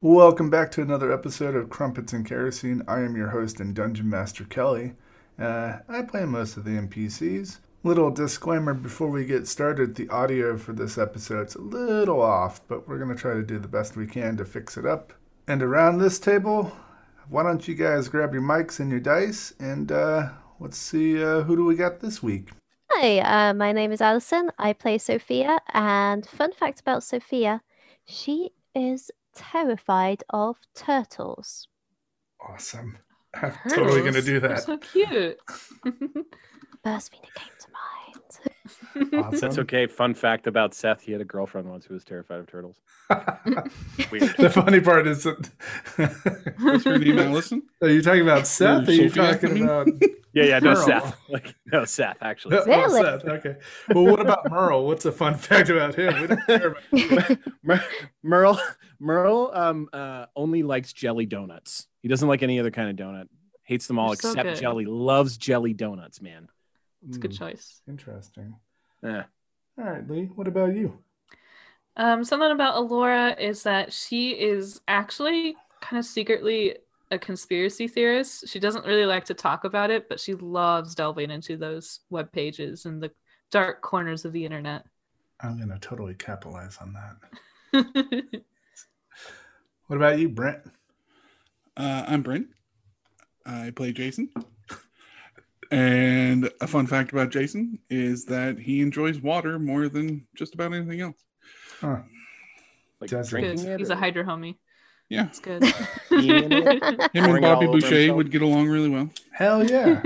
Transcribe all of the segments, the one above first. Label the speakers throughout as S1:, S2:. S1: Welcome back to another episode of Crumpets and Kerosene. I am your host and Dungeon Master Kelly. Uh, I play most of the NPCs. Little disclaimer before we get started the audio for this episode's a little off, but we're going to try to do the best we can to fix it up. And around this table, why don't you guys grab your mics and your dice and uh, let's see uh, who do we got this week?
S2: Hi, uh, my name is Alison. I play Sophia, and fun fact about Sophia, she is terrified of turtles.
S1: Awesome. I'm totally going to do
S3: They're
S1: that.
S3: So cute.
S2: First thing that came to mind.
S1: Awesome.
S4: That's okay. Fun fact about Seth: he had a girlfriend once who was terrified of turtles. Weird.
S1: the funny part is that.
S5: What's her name, Allison?
S1: Are you talking about Seth? Are you
S5: Sophia, I
S1: talking
S5: mean?
S1: about
S4: yeah, yeah. No,
S1: Girl.
S4: Seth. Like, no, Seth. Actually,
S1: Oh,
S2: Really?
S1: Seth? Okay. Well, what about Merle? What's a fun fact about him? We don't care about
S4: Mer- Merle. Merle um, uh, only likes jelly donuts. He doesn't like any other kind of donut. Hates them all
S3: They're so
S4: except
S3: good.
S4: jelly. Loves jelly donuts, man.
S3: It's a good
S1: Hmm,
S3: choice.
S1: Interesting.
S4: Eh.
S1: All right, Lee. What about you?
S3: Um, something about Alora is that she is actually kind of secretly a conspiracy theorist. She doesn't really like to talk about it, but she loves delving into those web pages and the dark corners of the internet.
S1: I'm gonna totally capitalize on that.
S3: I
S1: What about you, Brent?
S5: Uh, I'm Brent. I play Jason. And a fun fact about Jason is that he enjoys water more than just about anything else.
S1: Huh.
S4: Like
S1: Does he?
S4: drinking it.
S3: He's a
S4: or-
S3: hydro homie.
S5: Yeah,
S3: It's good.
S5: him and
S4: Pouring it all
S5: Bobby
S4: over
S5: Boucher
S4: himself.
S5: would get along really well.
S1: Hell yeah!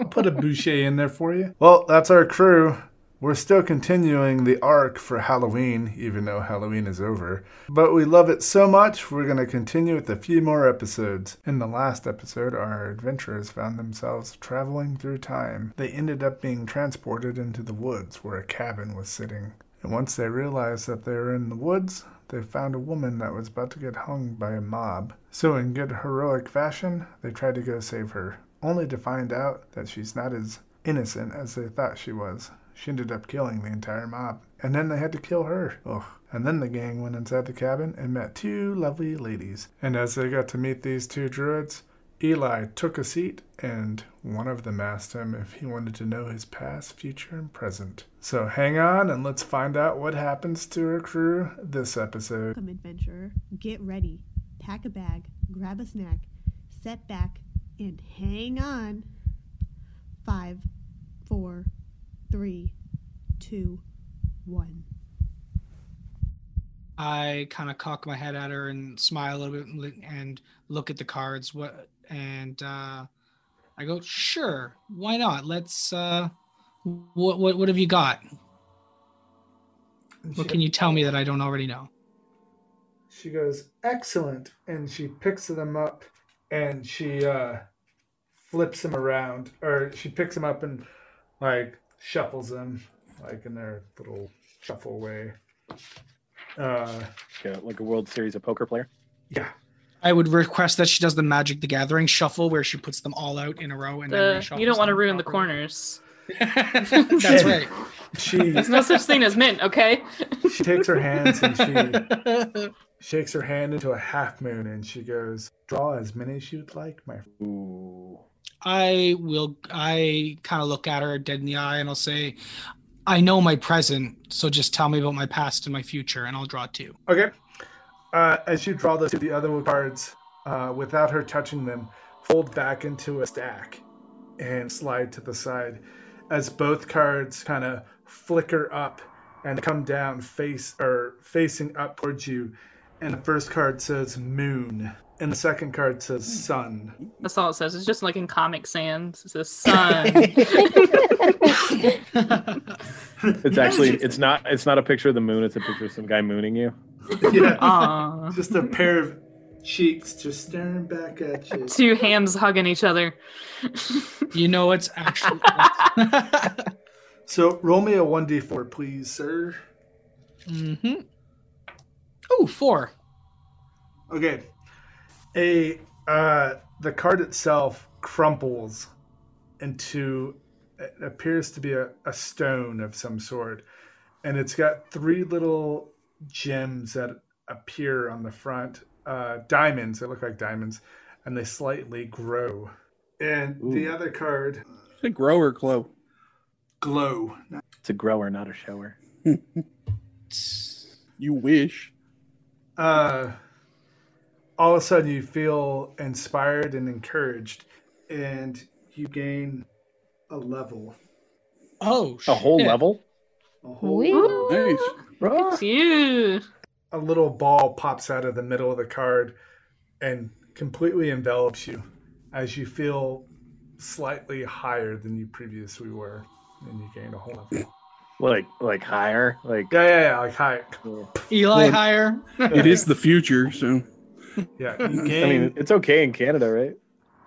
S1: I'll put a boucher in there for you. Well, that's our crew. We're still continuing the arc for Halloween, even though Halloween is over. But we love it so much, we're going to continue with a few more episodes. In the last episode, our adventurers found themselves traveling through time. They ended up being transported into the woods where a cabin was sitting. And once they realized that they were in the woods, they found a woman that was about to get hung by a mob. So, in good heroic fashion, they tried to go save her, only to find out that she's not as innocent as they thought she was. She ended up killing the entire mob, and then they had to kill her. Ugh. And then the gang went inside the cabin and met two lovely ladies. And as they got to meet these two druids, Eli took a seat, and one of them asked him if he wanted to know his past, future, and present. So hang on and let's find out what happens to our crew this episode.
S6: Welcome, adventurer. Get ready, pack a bag, grab a snack, set back, and hang on. Five, four, three, two, one.
S7: I kind of cock my head at her and smile a little bit and li- and look at the cards. What and uh, I go, sure, why not? Let's. Uh, what what what have you got? What can you tell me that I don't already know?
S1: She goes, Excellent. And she picks them up and she uh, flips them around, or she picks them up and like shuffles them, like in their little shuffle way. Uh,
S4: Like a- like a World Series of poker player.
S1: yeah.
S7: I would request that she does the Magic the Gathering shuffle, where she puts them all out in a row and then
S3: The, you don't want to ruin the
S7: corner.
S3: corners.
S7: That's right.
S1: She,
S3: There's no such thing as mint, okay?
S1: she takes her hands and she shakes her hand into a half moon and she goes, Draw as many as you'd like, my friend.
S4: Ooh.
S7: I will. I kind of look at her dead in the eye, and I'll say, "I know my present, so just tell me about my past and my future, and I'll draw two.
S1: Okay. Uh, as you draw those to the other cards, uh, without her touching them, fold back into a stack and slide to the side as both cards kind of flicker up and come down face or facing up towards you. And the first card says moon, and the second card says sun.
S3: That's all it says. It's just like in Comic Sans. It says sun.
S4: It's actually. It's not. It's not a picture of the moon. It's a picture of some guy mooning you.
S1: yeah,
S3: Aww.
S1: just a pair of cheeks just staring back at you.
S3: Two hams hugging each other.
S7: You know, it's actually.
S1: So roll me a 1d4, please, sir.
S7: hmm Oh, four.
S1: Okay. A uh the card itself crumples into it appears to be a, a stone of some sort. And it's got three little gems that appear on the front uh, diamonds. They look like diamonds, and they slightly grow. And the
S4: Ooh.
S1: other card,
S5: It's a grower glow.
S1: glow.
S4: It's a grower, not a shower.
S5: You wish.
S1: uh, all of a sudden you feel inspired and encouraged, and you gain a level.
S7: Oh,
S4: A whole
S7: shit.
S4: level?
S1: A
S2: Ooh.
S5: Nice.
S4: Ah.
S3: It's you.
S1: A little ball pops out of the middle of the card and completely envelops you as you feel slightly higher than you previously were, and you gain a whole level.
S4: Like like higher? Like
S1: Yeah, yeah, yeah, like high.
S7: Eli higher.
S5: It is the future, so
S1: Yeah, you
S4: I
S1: gain.
S4: mean, it's okay in Canada, right?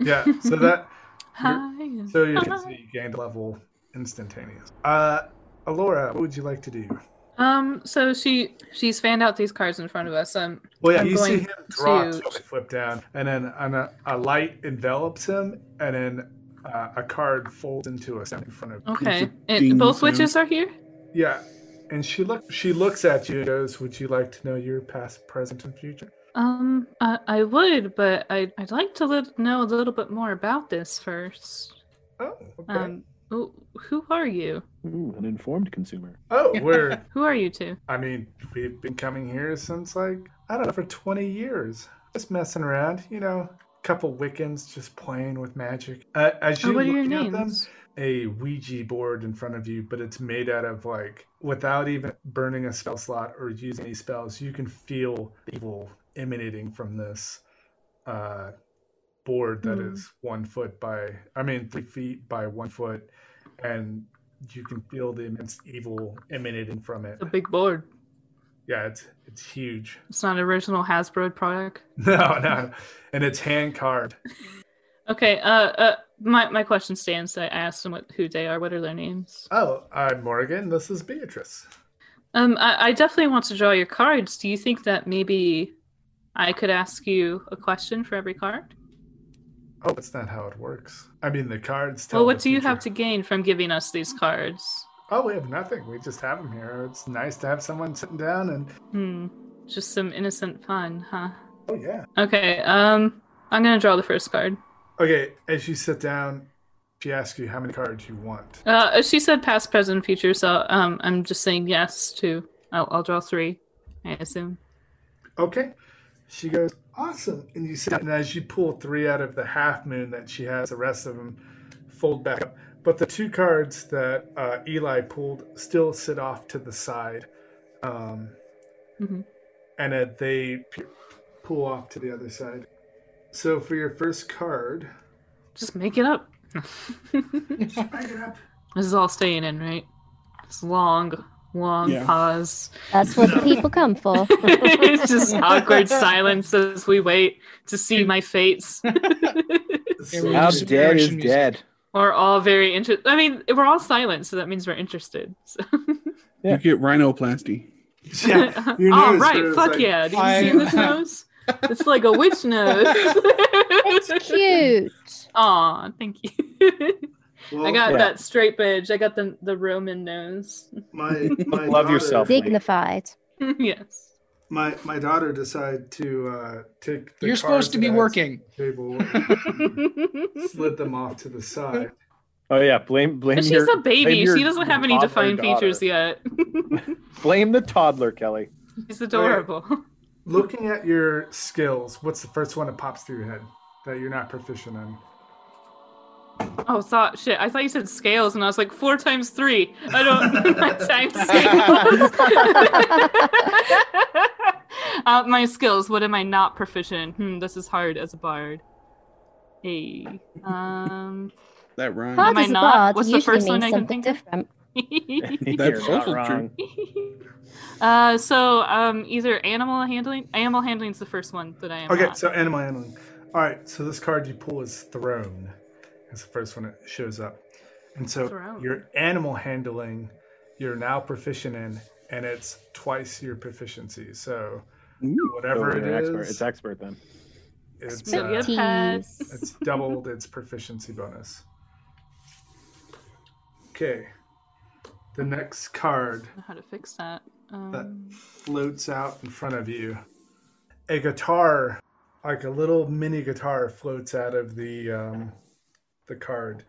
S1: yeah, so that
S3: Hi.
S1: so you can see you gained a level instantaneous. Uh, Alora, what would you like to do?
S3: Um. So she she's fanned out these cards in front of us. Um.
S1: Well, yeah,
S3: I'm
S1: you see
S3: going
S1: him draw
S3: to-
S1: two, flip down, and then and a, a light envelops him, and then uh, a card folds into a stamp in front of him.
S3: Okay.
S5: ding
S3: And both
S5: sound.
S3: witches are here.
S1: Yeah, and she look she looks at you and goes, "Would you like to know your past, present, and future?"
S3: Um. I, I would, but I I'd like to li- know a little bit more about this first.
S1: Oh, okay.
S3: Um. Who, who are you?
S4: Ooh, an informed consumer.
S1: oh, we're.
S3: Who are you two?
S1: I mean, we've been coming here since like I don't know for twenty years, just messing around, you know. Couple Wiccans just playing with magic. Uh, as
S3: Oh,
S1: you
S3: what are
S1: look
S3: your
S1: at them,
S3: names?
S1: a Ouija board in front of you, but it's made out of like without even burning a spell slot or using any spells, you can feel the evil emanating from this uh, board that is
S3: Hmm.
S1: one foot by, I mean, three feet by one foot, and you can feel the immense evil emanating from it.
S3: It's a big board.
S1: Yeah, it's it's huge.
S3: It's not an original Hasbro product.
S1: No, no, no. and it's hand carved.
S3: Okay. Uh. uh my, my question stands. I asked them what who they are. What are their names?
S1: Oh, I'm Morgan. This is Beatrice.
S3: Um, I, I definitely want to draw your cards. Do you think that maybe I could ask you a question for every card?
S1: Oh, that's not how it works. I mean, the cards tell.
S3: Well,
S1: the
S3: what do you
S1: future.
S3: have to gain from giving us these cards?
S1: Oh, we have nothing. We just have them here. It's nice to have someone sitting down and.
S3: Hmm, just some innocent fun, huh?
S1: Oh yeah.
S3: Okay. Um, I'm gonna draw the first card.
S1: Okay, as you sit down, she asks you how many cards you want.
S3: Uh, she said past, present, future, so um, I'm just saying yes to. I'll, I'll draw three. I assume.
S1: Okay. She goes, awesome. And you sit, and as you pull three out of the half moon that she has, the rest of them fold back up. But the two cards that uh, Eli pulled still sit off to the side. Um,
S3: Mhm.
S1: And uh, they p- pull off to the other side. So for your first card.
S3: Just make it up.
S1: Back it up.
S3: this is all staying in, right? It's long, long
S5: Yeah.
S3: pause.
S2: That's what the people come for.
S3: it's just awkward silence as we wait to see my fates.
S1: So-
S7: How Just dare- dead is music. dead.
S3: we're all very interested. I mean, we're all silent, so that means we're interested. So.
S4: Yeah.
S5: you get rhinoplasty.
S1: Yeah, your
S3: all
S1: nose
S3: right,
S1: grows
S3: fuck
S1: like-
S3: yeah. Did you
S7: I-
S3: see this nose? It's like a witch nose.
S2: It's cute.
S3: Aw, thank you.
S1: Well,
S3: I got
S4: Yeah.
S3: that straight edge. I got the the Roman nose.
S1: my, my
S4: Love
S1: daughter,
S4: yourself.
S2: Dignified.
S3: yes.
S1: My my daughter decided to uh, take. The
S7: You're supposed
S1: cards
S7: to be
S1: that I
S7: working.
S1: Table and slid them off to the side.
S4: Oh yeah, blame blame
S3: But she's
S4: your,
S3: a baby.
S4: blame your
S3: She doesn't have any
S4: toddler
S3: defined
S4: daughter.
S3: features yet.
S4: Blame the toddler, Kelly.
S3: She's adorable.
S1: Looking at your skills, what's the first one that pops through your head that you're not proficient in?
S3: Oh, thought shit. I thought you said scales, and I was like four times three. I don't my time scales. uh, my skills. What am I not proficient? in? Hmm, this is hard as a bard. Hey, um,
S5: That rhymes.
S3: Am
S2: Bard
S3: I
S2: is a
S3: not?
S2: bard.
S3: What's the
S2: Usually
S3: first one
S2: means
S3: I can
S2: something
S3: think of?
S2: different.
S4: You're
S5: That's
S4: not
S5: also
S4: wrong.
S3: uh, so um, either animal handling. Animal handling is the first one that I am.
S1: Okay,
S3: not.
S1: so animal handling. All right, so this card you pull is throne. It's the first one that shows up, and so
S3: Throne.
S1: your animal handling, you're now proficient in, and it's twice your proficiency. So
S5: Ooh,
S1: whatever
S4: So
S1: it
S4: Oh, you're an
S1: is,
S4: expert. It's expert then.
S1: it's,
S3: Maybe
S1: uh,
S3: a pass.
S1: It's doubled its proficiency bonus. Okay. The next card
S3: I don't know how to fix that. Um,
S1: that floats out in front of you a guitar, like a little mini guitar, floats out of the um, the card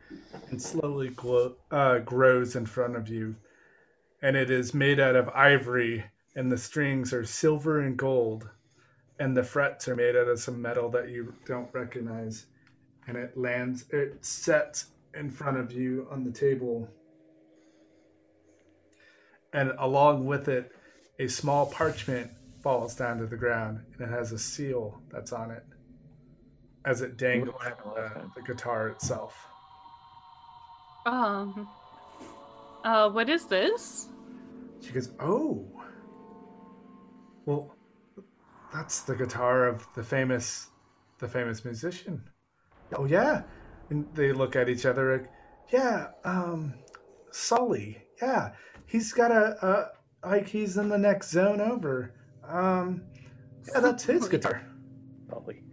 S1: and slowly glow, uh, grows in front of you. And it is made out of ivory, and the strings are silver and gold, and the frets are made out of some metal that you don't recognize. And it lands, it sets in front of you on the table. And along with it, a small parchment falls down to the ground, and it has a seal that's on it as it dangles from the, the guitar itself.
S3: Um. Uh, what is this?
S1: She goes, Oh, well, that's the guitar of the famous, the famous musician. Oh yeah, and they look at each other like, Yeah, um, Sully. Yeah, he's got a, a like he's in the next zone over. Um, yeah, that's his guitar.
S4: Probably.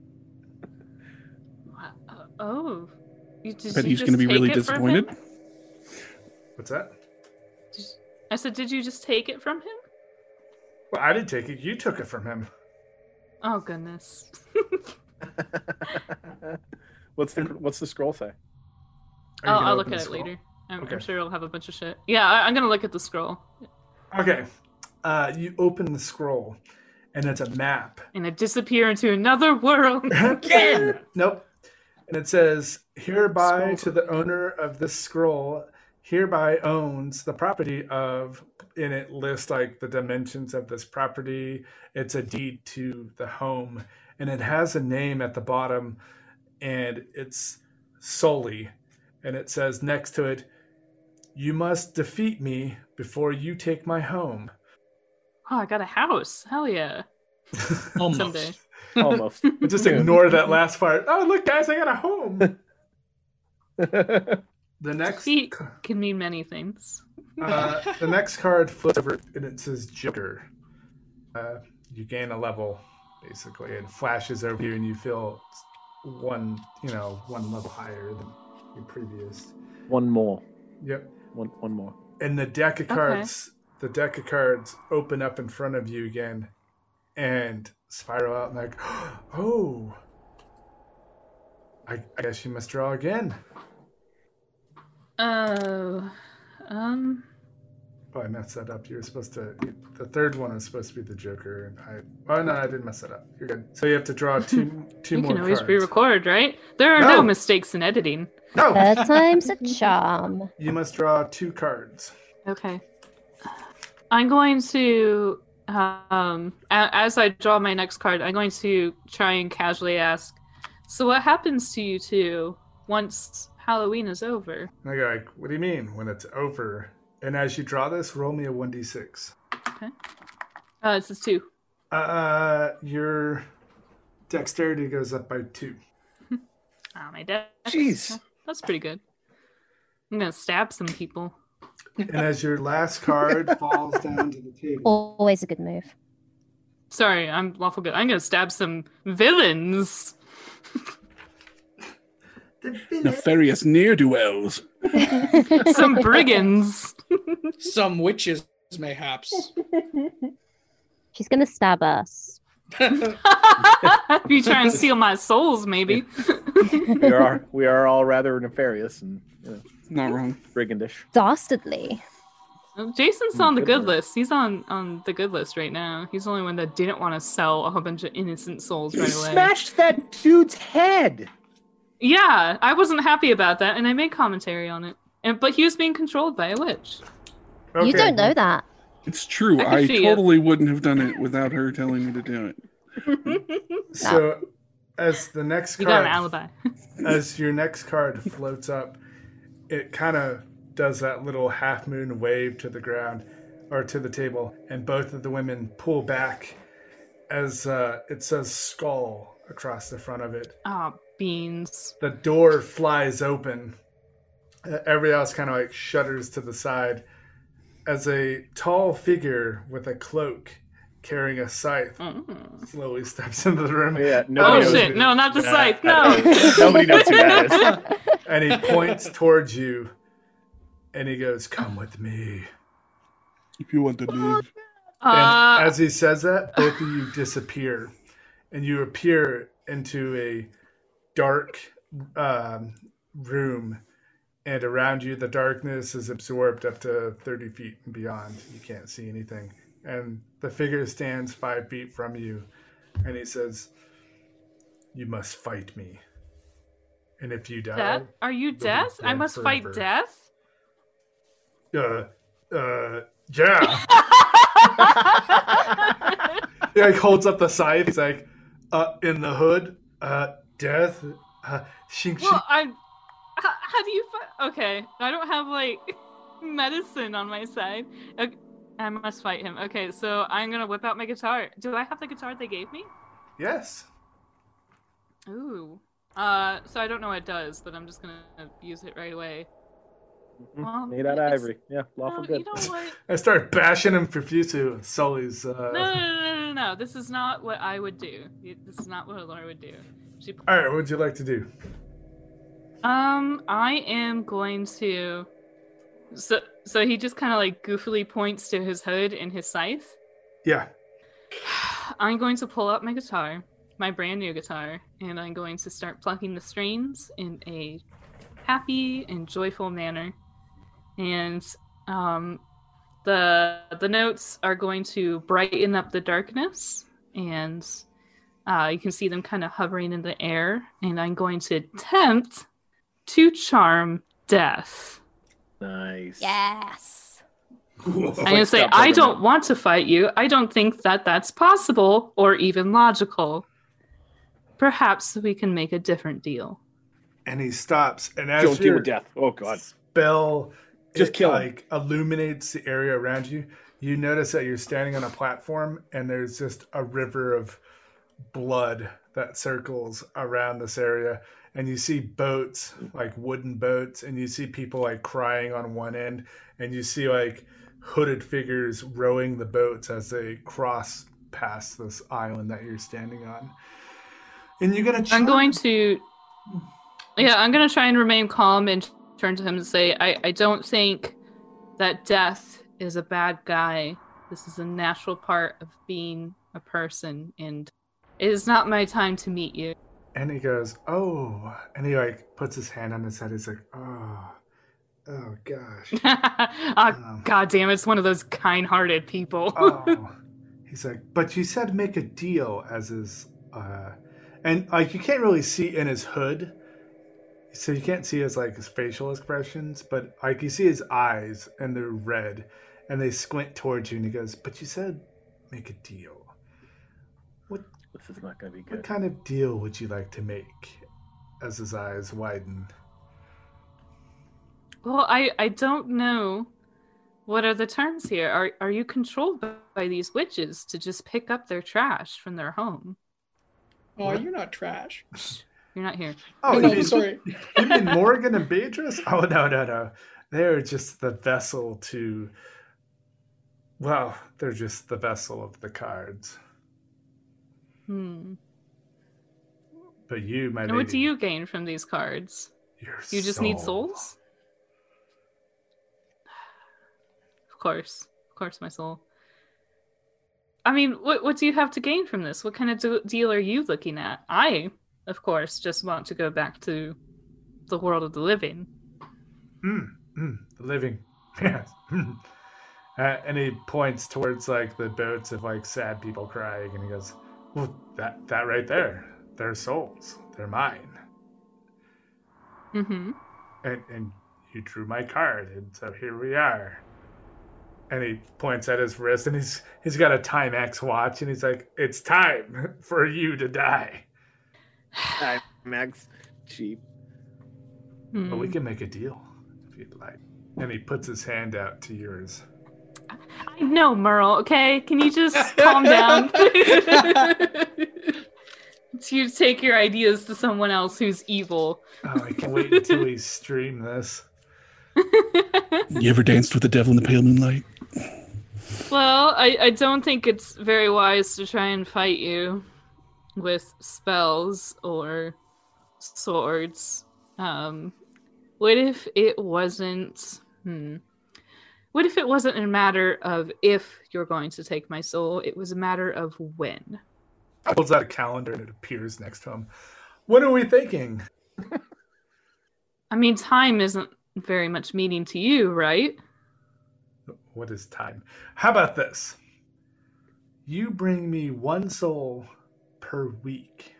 S3: Wha- uh, Oh, you, did
S5: bet
S3: you
S5: he's
S3: just
S5: going to be
S3: take
S5: really
S3: it from
S5: disappointed.
S3: him?
S1: What's that?
S3: Did- I said, did you just take it from him?
S1: Well, I didn't take it. You took it from him.
S3: Oh goodness.
S4: what's the what's the scroll say?
S1: Are you
S3: I'll,
S1: gonna
S3: I'll look
S1: open
S3: at
S1: the
S3: it
S1: scroll?
S3: later. I'm, I'm
S1: Okay.
S3: sure it'll have a bunch of shit. Yeah, I, I'm gonna look at the scroll,
S1: Okay. Uh, you open the scroll, and it's a map.
S3: and I disappear into another world.
S1: Again! nope. And it says, hereby
S3: Scroll.
S1: to the owner of this scroll, hereby owns the property of, and it lists like the dimensions of this property. It's a deed to the home, and it has a name at the bottom, and it's Soli. And it says next to it, you must defeat me before you take my home.
S3: Oh, I got a house. Hell yeah.
S7: Almost.
S3: Someday.
S4: Almost.
S1: Just ignore that last part. Oh, look, guys, I got a home. The next.
S3: Defeat can mean many things.
S1: Uh, the next card flips over and it says Joker. Uh, you gain a level, basically. It flashes over you and you feel one, you know, one level higher than your previous.
S4: one more.
S1: Yep.
S4: One one more.
S1: And the deck of
S3: Okay.
S1: cards, the deck of cards open up in front of you again, and spiral out and like, oh, I, I guess you must draw again.
S3: Oh, um,
S1: Oh, I messed that up. You were supposed to. The third one was supposed to be the Joker, and I. Oh no, I did mess it up. You're good. So you have to draw two, two
S3: you
S1: more
S3: can always
S1: cards.
S3: re-record, right? There are no.
S1: No.
S3: mistakes in editing.
S1: No,
S2: Third time's a charm.
S1: you must draw two cards.
S3: Okay. I'm going to, um, a- as I draw my next card, I'm going to try and casually ask, so what happens to you two once Halloween is over?
S1: And I go like, "What do you mean when it's over?" And as you draw this, roll me a one d six.
S3: Uh, this is two.
S1: Uh, your dexterity goes up by two.
S3: Ah, my death.
S4: Jeez.
S3: That's pretty good. I'm gonna stab some people.
S1: And as your last card falls down to the table,
S2: Always a good move.
S3: Sorry, I'm lawful good. I'm gonna stab some villains.
S5: Nefarious near duels.
S3: some brigands.
S7: Some witches, mayhaps.
S2: She's gonna stab us.
S3: you try and steal my souls, maybe.
S4: We are we are all rather nefarious and you know,
S5: Not wrong.
S4: brigandish.
S2: Dastardly.
S3: Jason's on the
S4: Good
S3: good
S4: lord.
S3: list. He's on on the good list right now. He's the only one that didn't want to sell a whole bunch of innocent souls right away.
S4: that dude's head.
S3: Yeah, I wasn't happy about that, and I made commentary on it. And but he was being controlled by a witch.
S2: You don't know that.
S5: It's true.
S3: I can
S5: I,
S3: see it.
S5: totally wouldn't have done it without her telling me to do it.
S1: So as the next
S3: You
S1: card,
S3: got an alibi.
S1: as your next card floats up, it kind of does that little half moon wave to the ground or to the table, and both of the women pull back as uh, it says skull across the front of it.
S3: Ah, beans.
S1: The door flies open. Uh, Everybody else kind of like shudders to the side as a tall figure with a cloak carrying a scythe
S3: Mm.
S1: slowly steps into the room
S4: Yeah,
S3: Oh
S4: nobody
S1: knows
S3: shit!
S1: who-
S3: No, not the
S4: Yeah,
S3: scythe.
S4: I
S3: No.
S4: Nobody knows who that is.
S1: and he points towards you and he goes, Come with me.
S5: If you want to leave.
S1: And
S3: Uh,
S1: as he says that, both of you disappear. and you appear into a dark um, room, and around you the darkness is absorbed up to thirty feet and beyond. You can't see anything, and the figure stands five feet from you, and he says, "You must fight me, and if you die."
S3: Death? Are you death? I
S1: yeah,
S3: must
S1: forever.
S3: fight death.
S1: uh, uh, yeah. he like holds up the scythe. He's like, uh, in the hood, uh, death, uh, shing, shing.
S3: well, I'm. How, how do you? Fi- okay, I don't have like medicine on my side. Okay, I must fight him. Okay, so I'm gonna whip out my guitar. Do I have the guitar they gave me?
S1: yes.
S3: Ooh. Uh, so I don't know what it does, but I'm just gonna use it right away. Well,
S4: Mm, Made out of
S3: it's-
S4: ivory. Yeah, lawful
S3: No,
S4: good.
S3: you know what?
S1: I start bashing him for Fusu and Sully's. Uh...
S3: No, no, no, no, no, no. This is not what I would do. This is not what Laura would do. She
S1: All right, what'd you like to do?
S3: Um, I am going to. So, so he just kind of like goofily points to his hood and his scythe.
S1: Yeah.
S3: I'm going to pull out my guitar, my brand new guitar, and I'm going to start plucking the strings in a happy and joyful manner. And um, the the notes are going to brighten up the darkness, and uh, you can see them kind of hovering in the air. And I'm going to attempt to charm death.
S4: Nice.
S2: Yes.
S3: I'm gonna
S4: Click
S3: say,
S4: that
S3: I
S4: program.
S3: don't want to fight you. I don't think that that's possible or even logical. Perhaps we can make a different deal.
S1: And he stops, and as
S4: Don't deal
S1: your
S4: with death. Oh god.
S1: spell
S4: Just
S1: it,
S4: kill him.
S1: like illuminates the area around you, you notice that you're standing on a platform, and there's just a river of blood that circles around this area and you see boats like wooden boats and you see people like crying on one end and you see like hooded figures rowing the boats as they cross past this island that you're standing on and you're gonna
S3: I'm
S1: charm-
S3: going to, yeah, I'm gonna try and remain calm and turn to him and say, I, I don't think that death is a bad guy. This is a natural part of being a person, and it is not my time to meet you.
S1: and he goes oh and he like puts his hand on his head he's like oh oh gosh
S3: Ah,
S1: Um,
S3: God damn, it's one of those kind-hearted people.
S1: oh. He's like, but you said make a deal as his, uh, and like you can't really see in his hood, so you can't see his like his facial expressions, but like you see his eyes and they're red, and they squint towards you, and he goes, but you said make a deal.
S4: This is not gonna be
S1: What
S4: good.
S1: kind of deal would you like to make? As his eyes widen,
S3: Well, I I don't know what are the terms here. Are are you controlled by, by these witches to just pick up their trash from their home?
S8: Oh, you're not trash.
S3: You're not here.
S1: oh,
S8: no,
S1: you, mean,
S8: sorry.
S1: you mean Morgan and Beatrice? Oh no, no, no, they're just the vessel to. Well, they're just the vessel of the cards.
S3: Hmm.
S1: But you, my
S3: And
S1: lady,
S3: what do you gain from these cards?
S1: your
S3: You just need
S1: soul.
S3: souls? Of course. Of course, my soul. I mean, what, what do you have to gain from this? What kind of do- deal are you looking at? I, of course, just want to go back to the world of the living.
S1: Mm, mm, the living. Yes. Mm. Uh, and he points towards like the boats of like sad people crying, and he goes, "Well, that that right there, their souls, they're mine."
S3: Mm-hmm.
S1: And and you drew my card, and so here we are. And he points at his wrist, and he's he's got a Timex watch, and he's like, "It's time for you to die."
S4: Hi, Max. Cheap.
S1: But
S3: Hmm.
S1: we can make a deal if you'd like. And he puts his hand out to yours.
S3: I know, Merle, okay? Can you just calm down? to take your ideas to someone else who's evil.
S1: Oh, I can wait until we stream this.
S5: You ever danced with the devil in the pale moonlight?
S3: well, I, I don't think it's very wise to try and fight you with spells or swords. Um, what if it wasn't? Hmm. What if it wasn't a matter of if you're going to take my soul? It was a matter of when.
S1: Pulls out a calendar and it appears next to him. What are we thinking?
S3: I mean, time isn't very much meaning to you, right?
S1: What is time? How about this? You bring me one soul per week.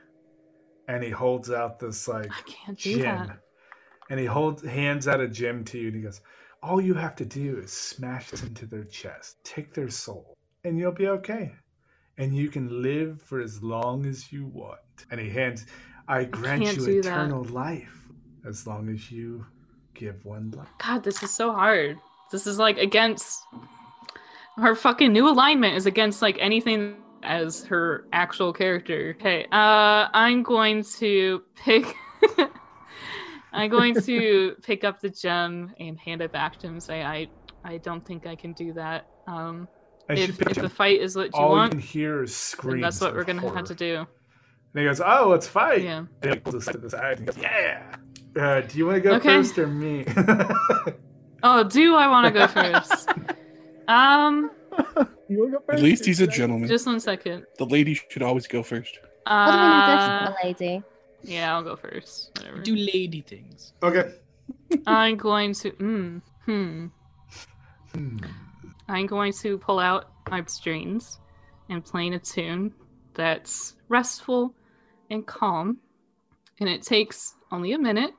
S1: And he holds out this like
S3: I can't do
S1: gin.
S3: that.
S1: And he holds hands out a gem to you and he goes, All you have to do is smash this into their chest, take their soul, and you'll be okay. And you can live for as long as you want. And he hands I grant
S3: can't
S1: you
S3: do that.
S1: eternal life as long as you give one life.
S3: God, this is so hard. This is like against her fucking new alignment is against like anything as her actual character. Okay, uh, I'm going to pick. I'm going to pick up the gem and hand it back to him. And say, I, I don't think I can do that. Um,
S1: And she
S3: if,
S1: picked
S3: if
S1: him
S3: the fight is what you
S1: all
S3: want,
S1: you can hear is
S3: then
S1: screams.
S3: that's what we're
S1: of
S3: gonna
S1: horror.
S3: have to do.
S1: And he goes, "Oh, let's fight!"
S3: Yeah.
S1: And he pulls us to the side. And he goes, yeah. Uh, do you want to go
S3: Okay.
S1: first or me?
S3: Oh, do I want to go first? um,
S4: You wanna go
S5: At
S4: first?
S5: least he's a
S4: Should I-
S5: gentleman.
S3: just one second.
S5: the lady should always go first.
S2: What
S3: Uh,
S2: are we gonna do, lady?
S3: yeah, I'll go first. Whatever.
S7: Do lady things.
S1: okay.
S3: I'm going to. Mm, hmm.
S1: Hmm.
S3: I'm going to pull out my strings and playing a tune that's restful and calm. And it takes only a minute.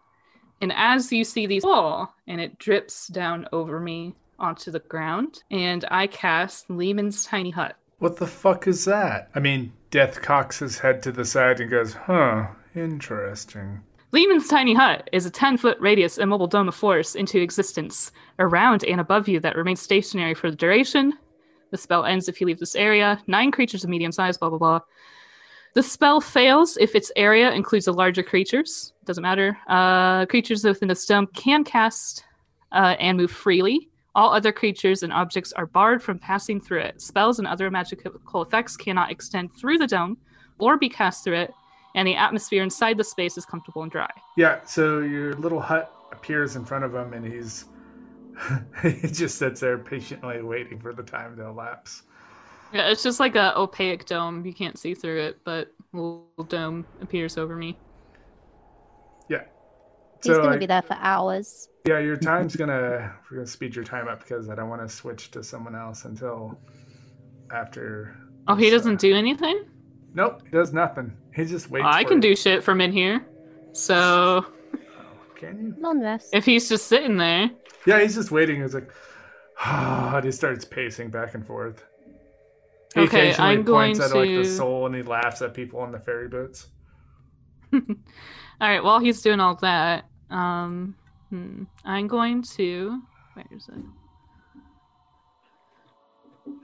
S3: And as you see these fall, and it drips down over me onto the ground, and I cast Lehman's Tiny Hut.
S1: What the fuck is that? I mean, Death cocks his head to the side and goes, "Huh, interesting."
S3: Lehman's tiny hut is a 10 foot radius immobile dome of force into existence around and above you that remains stationary for the duration. The spell ends if you leave this area. Nine creatures of medium size, blah, blah, blah. The spell fails if its area includes the larger creatures. Doesn't matter. Uh, creatures within this dome can cast uh, and move freely. All other creatures and objects are barred from passing through it. Spells and other magical effects cannot extend through the dome or be cast through it and the atmosphere inside the space is comfortable and dry.
S1: Yeah. So your little hut appears in front of him, and he's he just sits there patiently waiting for the time to elapse.
S3: Yeah, it's just like a opaque dome. You can't see through it, but a little dome appears over me.
S2: He's
S1: So,
S2: gonna
S1: like-
S2: be there for hours.
S1: Yeah, your time's gonna we're gonna speed your time up because I don't want to switch to someone else until after.
S3: Oh, he
S1: this, uh,
S3: doesn't do anything?
S1: Nope, he does nothing. He just waits.
S3: I
S1: for
S3: can
S1: you.
S3: do shit from in here. So
S1: Can you?
S2: Non rest.
S3: if he's just sitting there,
S1: Yeah, he's just waiting. He's like, ah, and he starts pacing back and forth. He
S3: Okay,
S1: occasionally
S3: I'm
S1: points
S3: going
S1: at like the
S3: to-
S1: soul and he laughs at people on the ferry boats.
S3: all right, while he's doing all that, um, hmm, I'm going to. Where is it?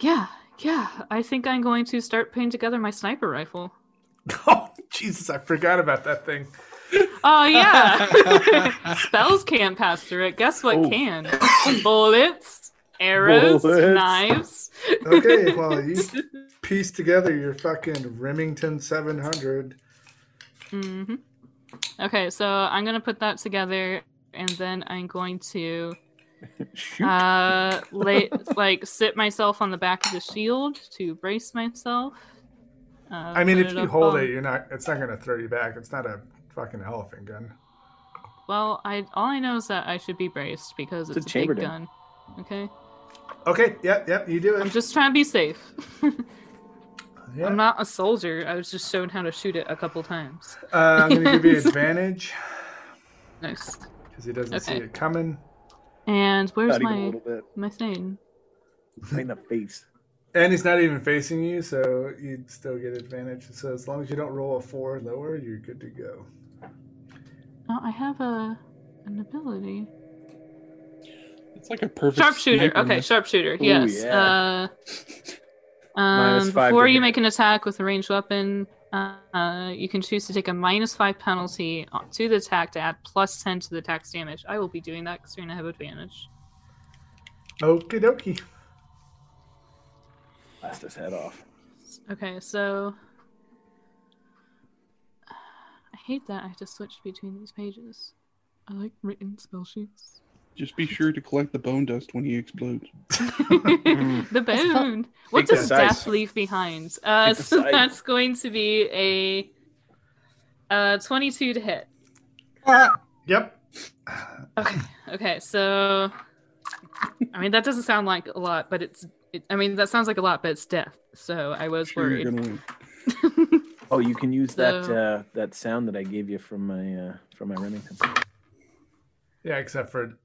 S3: Yeah, yeah. I think I'm going to start putting together my sniper rifle.
S1: Oh, Jesus, I forgot about that thing.
S3: Oh yeah. Spells can't pass through it. Guess what
S4: Oh.
S3: can? Bullets, arrows,
S4: Bullets.
S3: knives.
S1: Okay, well, you piece together your fucking Remington 700.
S3: hmm Okay, so I'm gonna put that together and then I'm going to
S4: Shoot.
S3: uh lay, like sit myself on the back of the shield to brace myself. Uh,
S1: I mean,
S3: put
S1: if you
S3: up
S1: hold
S3: on-
S1: it, you're not. It's not gonna throw you back. It's not a fucking elephant gun.
S3: well, I all I know is that I should be braced because
S4: It's
S3: it's,
S4: a
S3: a,
S4: chamber
S3: big
S4: gun.
S3: gun. Okay,
S1: Okay, yep, yep, you do it.
S3: I'm just trying to be safe.
S1: Yeah.
S3: I'm not a soldier. I was just shown how to shoot it a couple times.
S1: Uh, I'm gonna give you
S3: Yes.
S1: advantage
S3: Nice.
S1: because he doesn't see
S3: Okay.
S1: it coming.
S3: And where's
S4: Not even a
S3: my
S4: little bit.
S3: my thing?
S4: Right in the face.
S1: And he's not even facing you, so you still get advantage. So as long as you don't roll a four or lower, you're good to go.
S3: Oh, I have a an ability.
S5: It's like a perfect
S3: Sharpshooter.
S5: sniper
S3: Okay,
S5: miss.
S3: sharpshooter.
S4: Ooh,
S3: yes.
S4: yeah.
S3: Uh,
S4: Minus
S3: um,
S4: five to
S3: before you
S4: hit.
S3: make an attack with a ranged weapon, uh, uh, you can choose to take a minus five penalty to the attack to add plus ten to the attack's damage. I will be doing that because you're gonna have advantage.
S1: Okie dokie.
S4: Blast his head off.
S3: Okay, so I hate that I have to switch between these pages. I like written spell sheets.
S5: Just be sure to collect the bone dust when he explodes.
S3: the bone. What
S9: Take the
S3: does
S9: size.
S3: death leave behind? Uh,
S9: Take the
S3: so
S9: size.
S3: that's going to be a uh, 22 to hit. Ah.
S1: Yep.
S3: Okay. Okay. So, I mean, that doesn't sound like a lot, but it's. It, I mean, that sounds like a lot, but it's death. So I was
S5: Sure you're
S3: worried.
S5: gonna win.
S9: Oh, you can use that
S3: So-
S9: uh, that sound that I gave you from my uh, from my Remington.
S1: Yeah, except for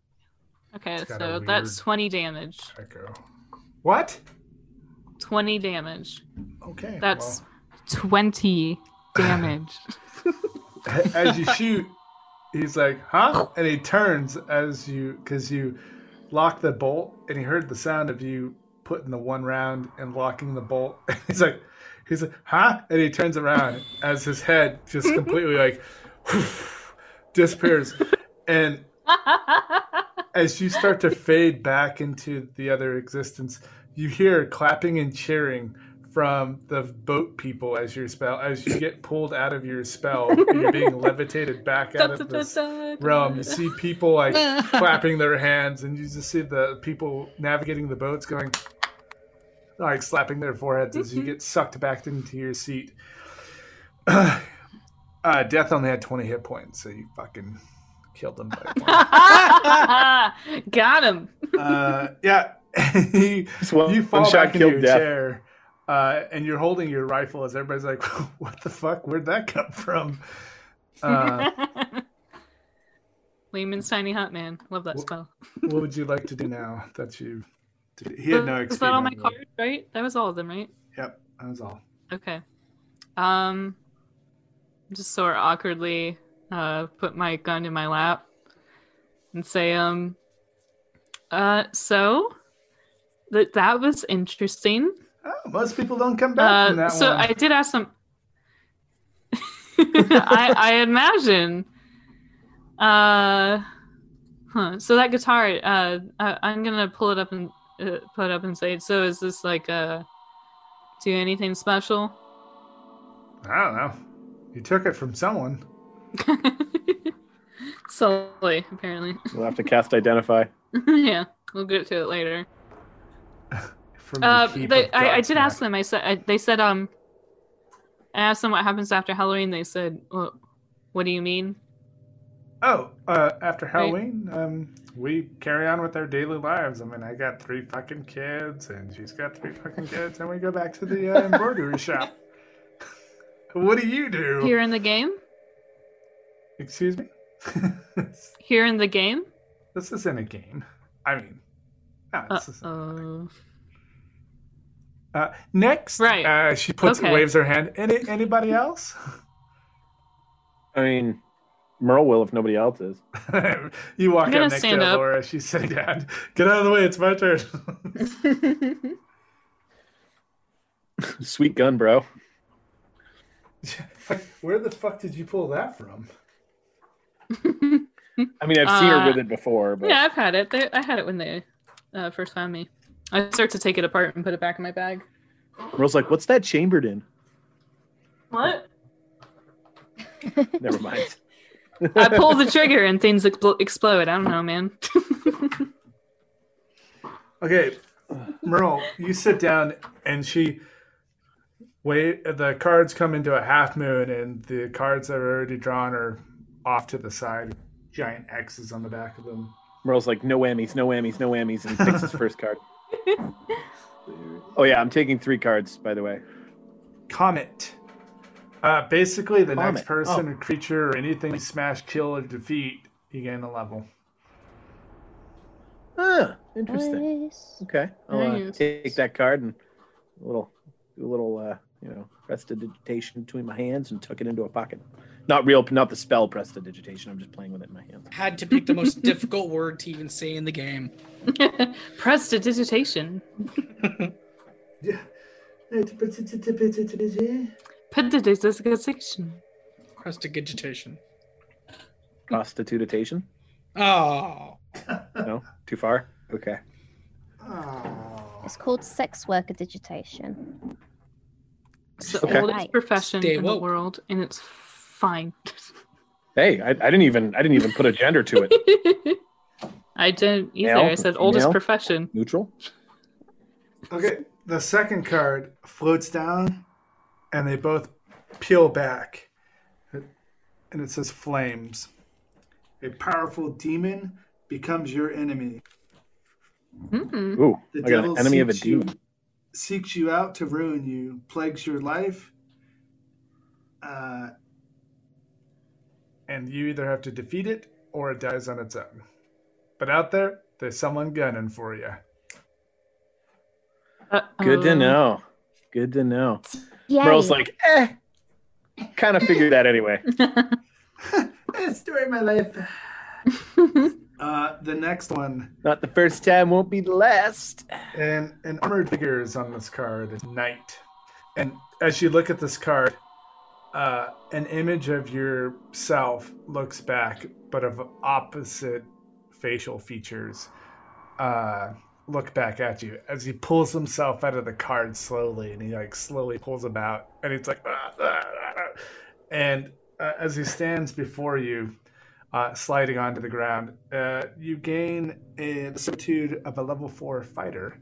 S3: Okay.
S1: It's got a
S3: So
S1: weird-
S3: that's 20 damage.
S1: Echo. What?
S3: 20 damage.
S1: Okay.
S3: That's 20 damage.
S1: well, as you shoot, he's like, "Huh?" and he turns as you because you lock the bolt, and he heard the sound of you putting the one round and locking the bolt. he's like, he's like, "Huh?" and he turns around as his head just completely like disappears, and as you start to fade back into the other existence, you hear clapping and cheering from the boat people as your spell as you get pulled out of your spell. You're being levitated back out of this realm. You see people like clapping their hands, and you just see the people navigating the boats going like slapping their foreheads as you get sucked back into your seat. Uh, Death only had 20 hit points, so you fucking killed them by one.
S3: Got him.
S1: uh, yeah, you,
S9: Just one,
S1: you fall
S9: one shot
S1: back into
S9: killed
S1: your
S9: death.
S1: chair, uh, and you're holding your rifle as everybody's like, "What the fuck? Where'd that come from?" Uh,
S3: Lehman's tiny hut man. Love that
S1: Wh-
S3: spell.
S1: what would you like to do now that you? Did, he had no
S3: Was that all my
S1: experience.
S3: cards, right? That was all of them, right?
S1: Yep, that was all.
S3: Okay. Um just sort of awkwardly uh put my gun in my lap and say, um uh so that that was interesting.
S1: Oh, most people don't come back from
S3: Uh,
S1: that
S3: so
S1: one.
S3: I did ask some. I, I imagine. Uh, huh. So that guitar, uh, I, I'm gonna pull it up and uh, put it up and say. So is this like uh, do anything special?
S1: I don't know. You took it from someone.
S3: Sully, apparently.
S9: We'll have to cast identify.
S3: yeah, we'll get to it later.
S1: From the
S3: Uh,
S1: heap
S3: they,
S1: of
S3: I, I
S1: darts
S3: did
S1: now.
S3: ask them. I said I, they said um. I asked them what happens after Halloween. They said, "Well, what do you mean?"
S1: Oh, uh, after Halloween, um, we carry on with our daily lives. I mean, I got three fucking kids, and she's got three fucking kids, and we go back to the uh, embroidery shop. What do you do?
S3: Here in the game.
S1: Excuse me?
S3: Here in the game.
S1: this isn't a game. I mean, no, this isn't.
S3: Uh-oh.
S1: Uh, next,
S3: Right.
S1: uh, she puts
S3: Okay.
S1: waves her hand. Any, anybody else?
S9: I mean, Merle will if nobody else is.
S1: you walk
S3: I'm
S1: up
S3: gonna
S1: next
S3: stand
S1: to
S3: up.
S1: Laura. She's sitting down. Get out of the way. It's my turn.
S9: Sweet gun, bro.
S1: Where the fuck did you pull that from?
S9: I mean, I've seen
S3: Uh,
S9: her with it before, but
S3: Yeah, I've had it. They, I had it when they uh, first found me. I start to take it apart and put it back in my bag.
S9: Merle's like, "What's that chambered in?"
S3: What?
S9: Never mind.
S3: I pull the trigger and things expl- explode. I don't know, man.
S1: Okay, Merle, you sit down, and she wait. The cards come into a half moon, and the cards that are already drawn are off to the side. Giant X's on the back of them.
S9: Merle's like, "No whammies, no whammies, no whammies," and picks his first card. oh yeah, I'm taking three cards, by the way.
S1: Comet. Uh, basically, the next
S9: Comet,
S1: person, or creature, or anything you smash, kill, or defeat, you gain a level.
S9: Ah, interesting.
S2: Nice.
S9: Okay, I'll uh,
S3: Nice.
S9: take that card and a little, do a little, uh, you know, prestidigitation between my hands and tuck it into a pocket. Not real, not the spell prestidigitation. I'm just playing with it in my hands.
S7: Had to pick the most difficult word to even say in the game.
S3: Prestidigitation.
S1: Yeah.
S3: Prestidigitation.
S7: Prestidigitation.
S9: Prostitutation?
S7: Oh.
S9: No, too far. Okay.
S2: It's called sex worker digitation.
S3: It's the
S9: Okay.
S3: oldest profession
S7: Stay
S3: in the
S7: woke.
S3: world, and it's fine.
S9: Hey, I, I didn't even, I didn't even put a gender to it.
S3: I didn't either.
S9: Male?
S3: I said oldest
S9: Male?
S3: profession.
S9: Neutral.
S1: Okay, the second card floats down, and they both peel back. And it says flames. A powerful demon becomes your enemy.
S3: Mm-hmm.
S9: Ooh,
S1: The
S9: I got
S1: devil
S9: an enemy of a
S1: seeks you-
S9: demon.
S1: Seeks you out to ruin you, plagues your life. Uh, and you either have to defeat it or it dies on its own. But out there, there's someone gunning for you.
S9: Good
S3: Oh.
S9: to know. Good to know.
S2: Yeah.
S9: Merle's like, eh. Kind of figured that anyway.
S1: Best story of my life. Uh, the next one.
S9: Not the first time, won't be the last.
S1: And an armored figure is on this card, a knight. And as you look at this card, uh, an image of yourself looks back, but of opposite facial features uh, look back at you as he pulls himself out of the card slowly, and he like slowly pulls him out, and he's like, "Ah, ah, ah, ah." and uh, as he stands before you, uh, sliding onto the ground. Uh, you gain a the certitude of a level four fighter,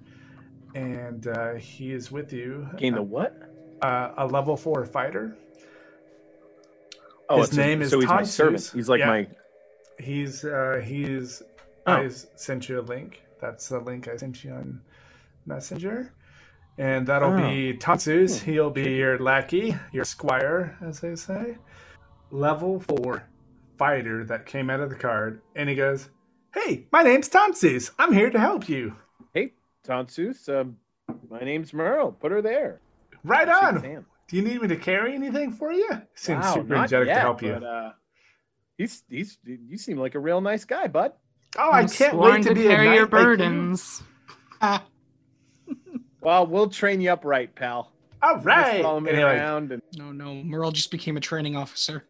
S1: and uh, he is with you.
S9: Gain the what?
S1: uh, a level four fighter.
S9: Oh,
S1: His
S9: it's
S1: name is
S9: so he's my
S1: Tonsus.
S9: servant. He's like
S1: Yeah.
S9: my
S1: He's uh, he's.
S9: Oh.
S1: I s- sent you a link. That's the link I sent you on Messenger, and that'll
S9: Oh.
S1: be Tatsu's.
S9: Hmm.
S1: He'll be your lackey, your squire, as they say. Level four fighter that came out of the card, and he goes, "Hey, my name's Tatsu's. I'm here to help you."
S9: hey Tonsus. Um, my name's Merle. Put her there.
S1: Right
S9: Let's see
S1: on.
S9: what's in.
S1: Do you need me to carry anything for you? Seems
S9: Wow,
S1: super
S9: not
S1: energetic
S9: yet,
S1: to help you.
S9: but, uh, he's he's you seem like a real nice guy, bud.
S1: oh, I
S3: I'm
S1: can't
S3: sworn
S1: wait to, be
S3: carry
S1: a knight
S3: your
S1: like you.
S3: burdens.
S7: Ah,
S9: Well, we'll train you up right, pal.
S1: All
S9: You just
S1: right.
S9: follow me
S1: And he, like,
S9: around and
S7: no, no. Merle just became a training officer.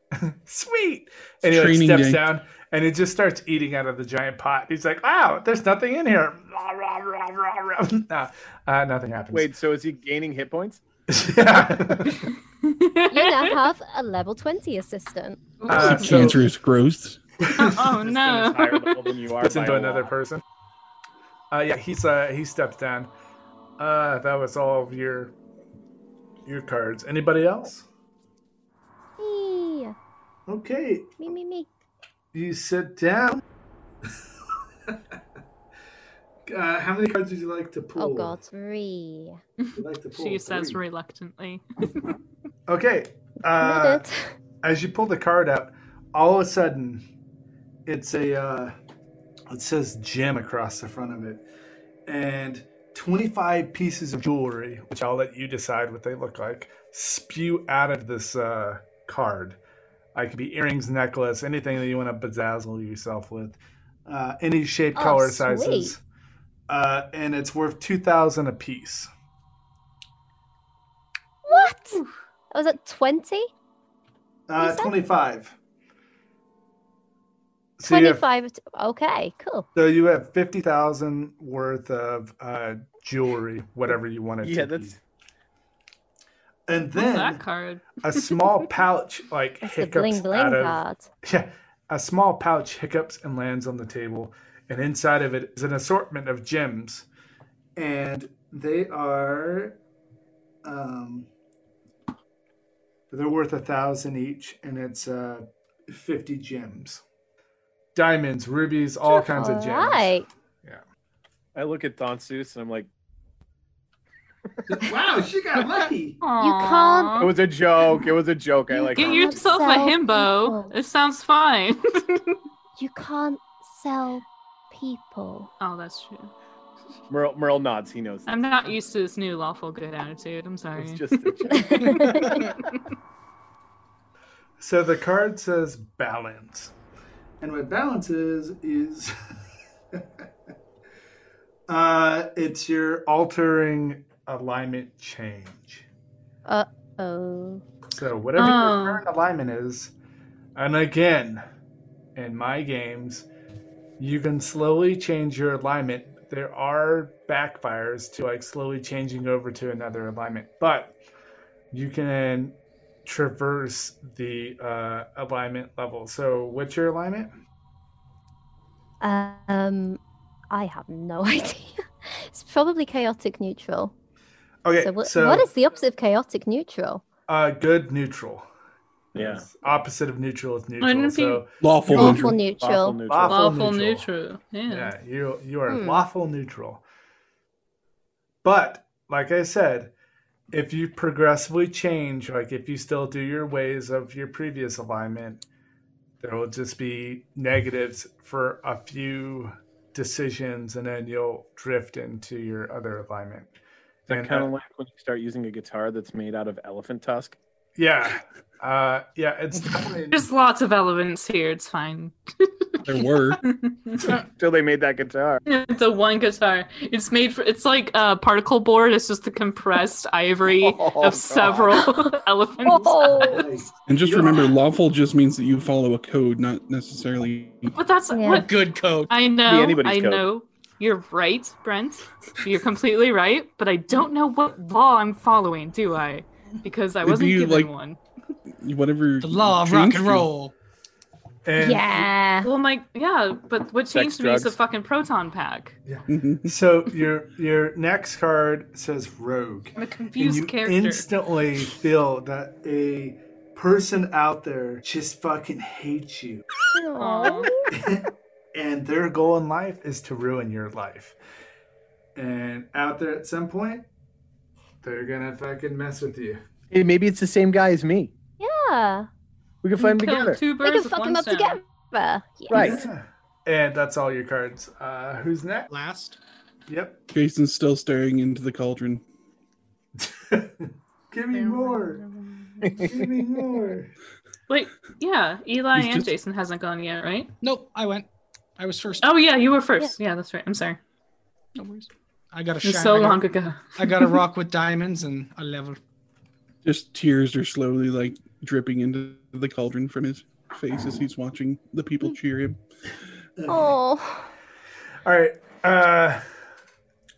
S1: sweet. And he like,
S5: Training
S1: steps
S5: day.
S1: down and he just starts eating out of the giant pot. He's like, wow, there's nothing in here. Rah, rah, rah, rah, rah. Nah, uh, nothing happens.
S9: wait, so is he gaining hit points?
S1: yeah.
S2: You now have a level 20 assistant.
S1: Uh,
S5: The
S1: so-
S5: cancerous growth.
S3: oh
S9: This thing is higher level
S3: no.
S9: than you are
S1: Listen
S9: by
S1: to
S9: a
S1: another
S9: lot.
S1: person. Uh, yeah, he's uh, he steps down. Uh, that was all of your your cards. Anybody else?
S2: Me,
S1: Okay,
S2: me, me, me.
S1: you sit down. uh, how many cards would you like to pull?
S2: Oh god, three.
S1: You like to pull
S3: She says
S1: three.
S3: reluctantly.
S1: Okay. Uh,
S2: Minute.
S1: as you pull the card out, all of a sudden, it's a uh, it says gem across the front of it, and twenty five pieces of jewelry, which I'll let you decide what they look like, spew out of this uh, card. I could be earrings, necklace, anything that you want to bedazzle yourself with, uh, any shape,
S2: Oh,
S1: color,
S2: sweet.
S1: sizes, uh, and it's worth two thousand a piece.
S2: What? I was at 20?
S1: Uh,
S2: Is that-
S1: twenty five.
S2: 25. Okay, cool.
S1: So you have fifty thousand worth of uh, jewelry, whatever you want it
S9: Yeah,
S1: to be.
S9: that's
S1: And
S3: What's that
S1: then
S3: card?
S1: a small pouch like
S2: That's the
S1: hiccups
S2: bling bling
S1: out of
S2: card.
S1: yeah, a small pouch hiccups and lands on the table, and inside of it is an assortment of gems, and they are, um, they're worth a thousand each, and it's uh, fifty gems, diamonds, rubies, all kinds of gems.
S2: Alright.
S9: I look at Tonsus and I'm like,
S1: Wow, she got lucky.
S9: it was a joke. It was a joke. I like.
S3: Get
S2: can't
S9: her.
S3: yourself a
S2: sell
S3: himbo.
S2: people.
S3: It sounds fine.
S2: You can't sell people.
S3: oh, that's true.
S9: Merle, Merle nods. He knows.
S3: I'm not used to this new lawful good attitude. I'm sorry.
S9: It's just a joke.
S1: So the card says balance. And what balance is, is uh, it's your altering alignment change.
S2: Oh.
S1: So whatever
S3: Oh.
S1: your current alignment is, and again, in my games, you can slowly change your alignment. There are backfires to like slowly changing over to another alignment, but you can traverse the uh, alignment level. So what's your alignment?
S2: Um, I have no idea. it's probably chaotic neutral.
S1: Okay,
S2: So,
S1: so,
S2: what, what is the opposite of chaotic neutral?
S1: uh, good neutral?
S9: Yeah.
S1: Opposite of neutral is neutral.
S3: Wouldn't it be-
S1: So
S4: Lawful.
S2: Lawful neutral.
S9: Lawful neutral.
S1: Lawful
S3: Lawful
S1: neutral.
S3: neutral. Yeah.
S1: yeah, you you are
S2: Hmm.
S1: lawful neutral. But like I said, if you progressively change, like if you still do your ways of your previous alignment, there will just be negatives for a few decisions, and then you'll drift into your other alignment.
S9: Is that
S1: And uh,
S9: kind
S1: that-
S9: of like when you start using a guitar that's made out of elephant tusk?
S1: Yeah, uh, yeah, it's definitely
S3: There's lots of elements here. It's fine.
S5: There were.
S9: Till they made that guitar.
S3: the one guitar. It's made for. It's like a particle board. It's just the compressed ivory
S9: Oh,
S3: of
S9: God.
S3: several elephants.
S2: Oh,
S5: And just remember, lawful just means that you follow a code, not necessarily.
S3: But that's
S2: Yeah.
S3: what
S7: Good coach.
S3: I know.
S9: anybody's
S3: I
S9: code.
S3: know. You're right, Brent. You're completely right. But I don't know what law I'm following, do I? Because I
S5: It'd
S3: wasn't
S5: be
S3: given
S5: like-
S3: one.
S5: Whatever.
S7: The law of rock
S5: changed
S7: and
S5: you-
S7: roll.
S1: and
S2: yeah.
S3: Well, my yeah. But what changed me is the
S9: drugs.
S3: fucking proton pack.
S5: Mhm.
S1: So your your next card says rogue.
S3: I'm a
S1: And
S3: confused
S1: you
S3: character.
S1: instantly feel that a person out there just fucking hates you,
S3: Aw.
S1: and their goal in life is to ruin your life. And out there at some point, they're gonna fucking mess with you.
S9: Hey, maybe it's the same guy as me.
S2: yeah.
S9: We can find him
S3: Kill
S9: together.
S3: Two
S2: We
S3: birds
S2: can
S3: with
S2: fuck
S3: one
S2: them up
S3: stone.
S2: together. Yes.
S9: Right.
S1: Yeah. And that's all your cards. Uh, who's next?
S7: Last.
S1: Yep.
S5: Jason's still staring into the cauldron.
S1: Give me more. Give me more.
S3: Wait, yeah, Eli
S5: He's
S3: and
S5: just-
S3: Jason hasn't gone yet, right?
S7: Nope, I went. I was first.
S3: Oh yeah, you were first. Yeah, that's right. I'm sorry.
S7: No worries. I got a
S3: It was
S7: shine.
S3: so
S7: I got-
S3: long ago.
S7: I got a rock with diamonds and a level.
S5: Just tears are slowly like dripping into the cauldron from his face as he's watching the people cheer him.
S2: Oh.
S1: All right. Uh,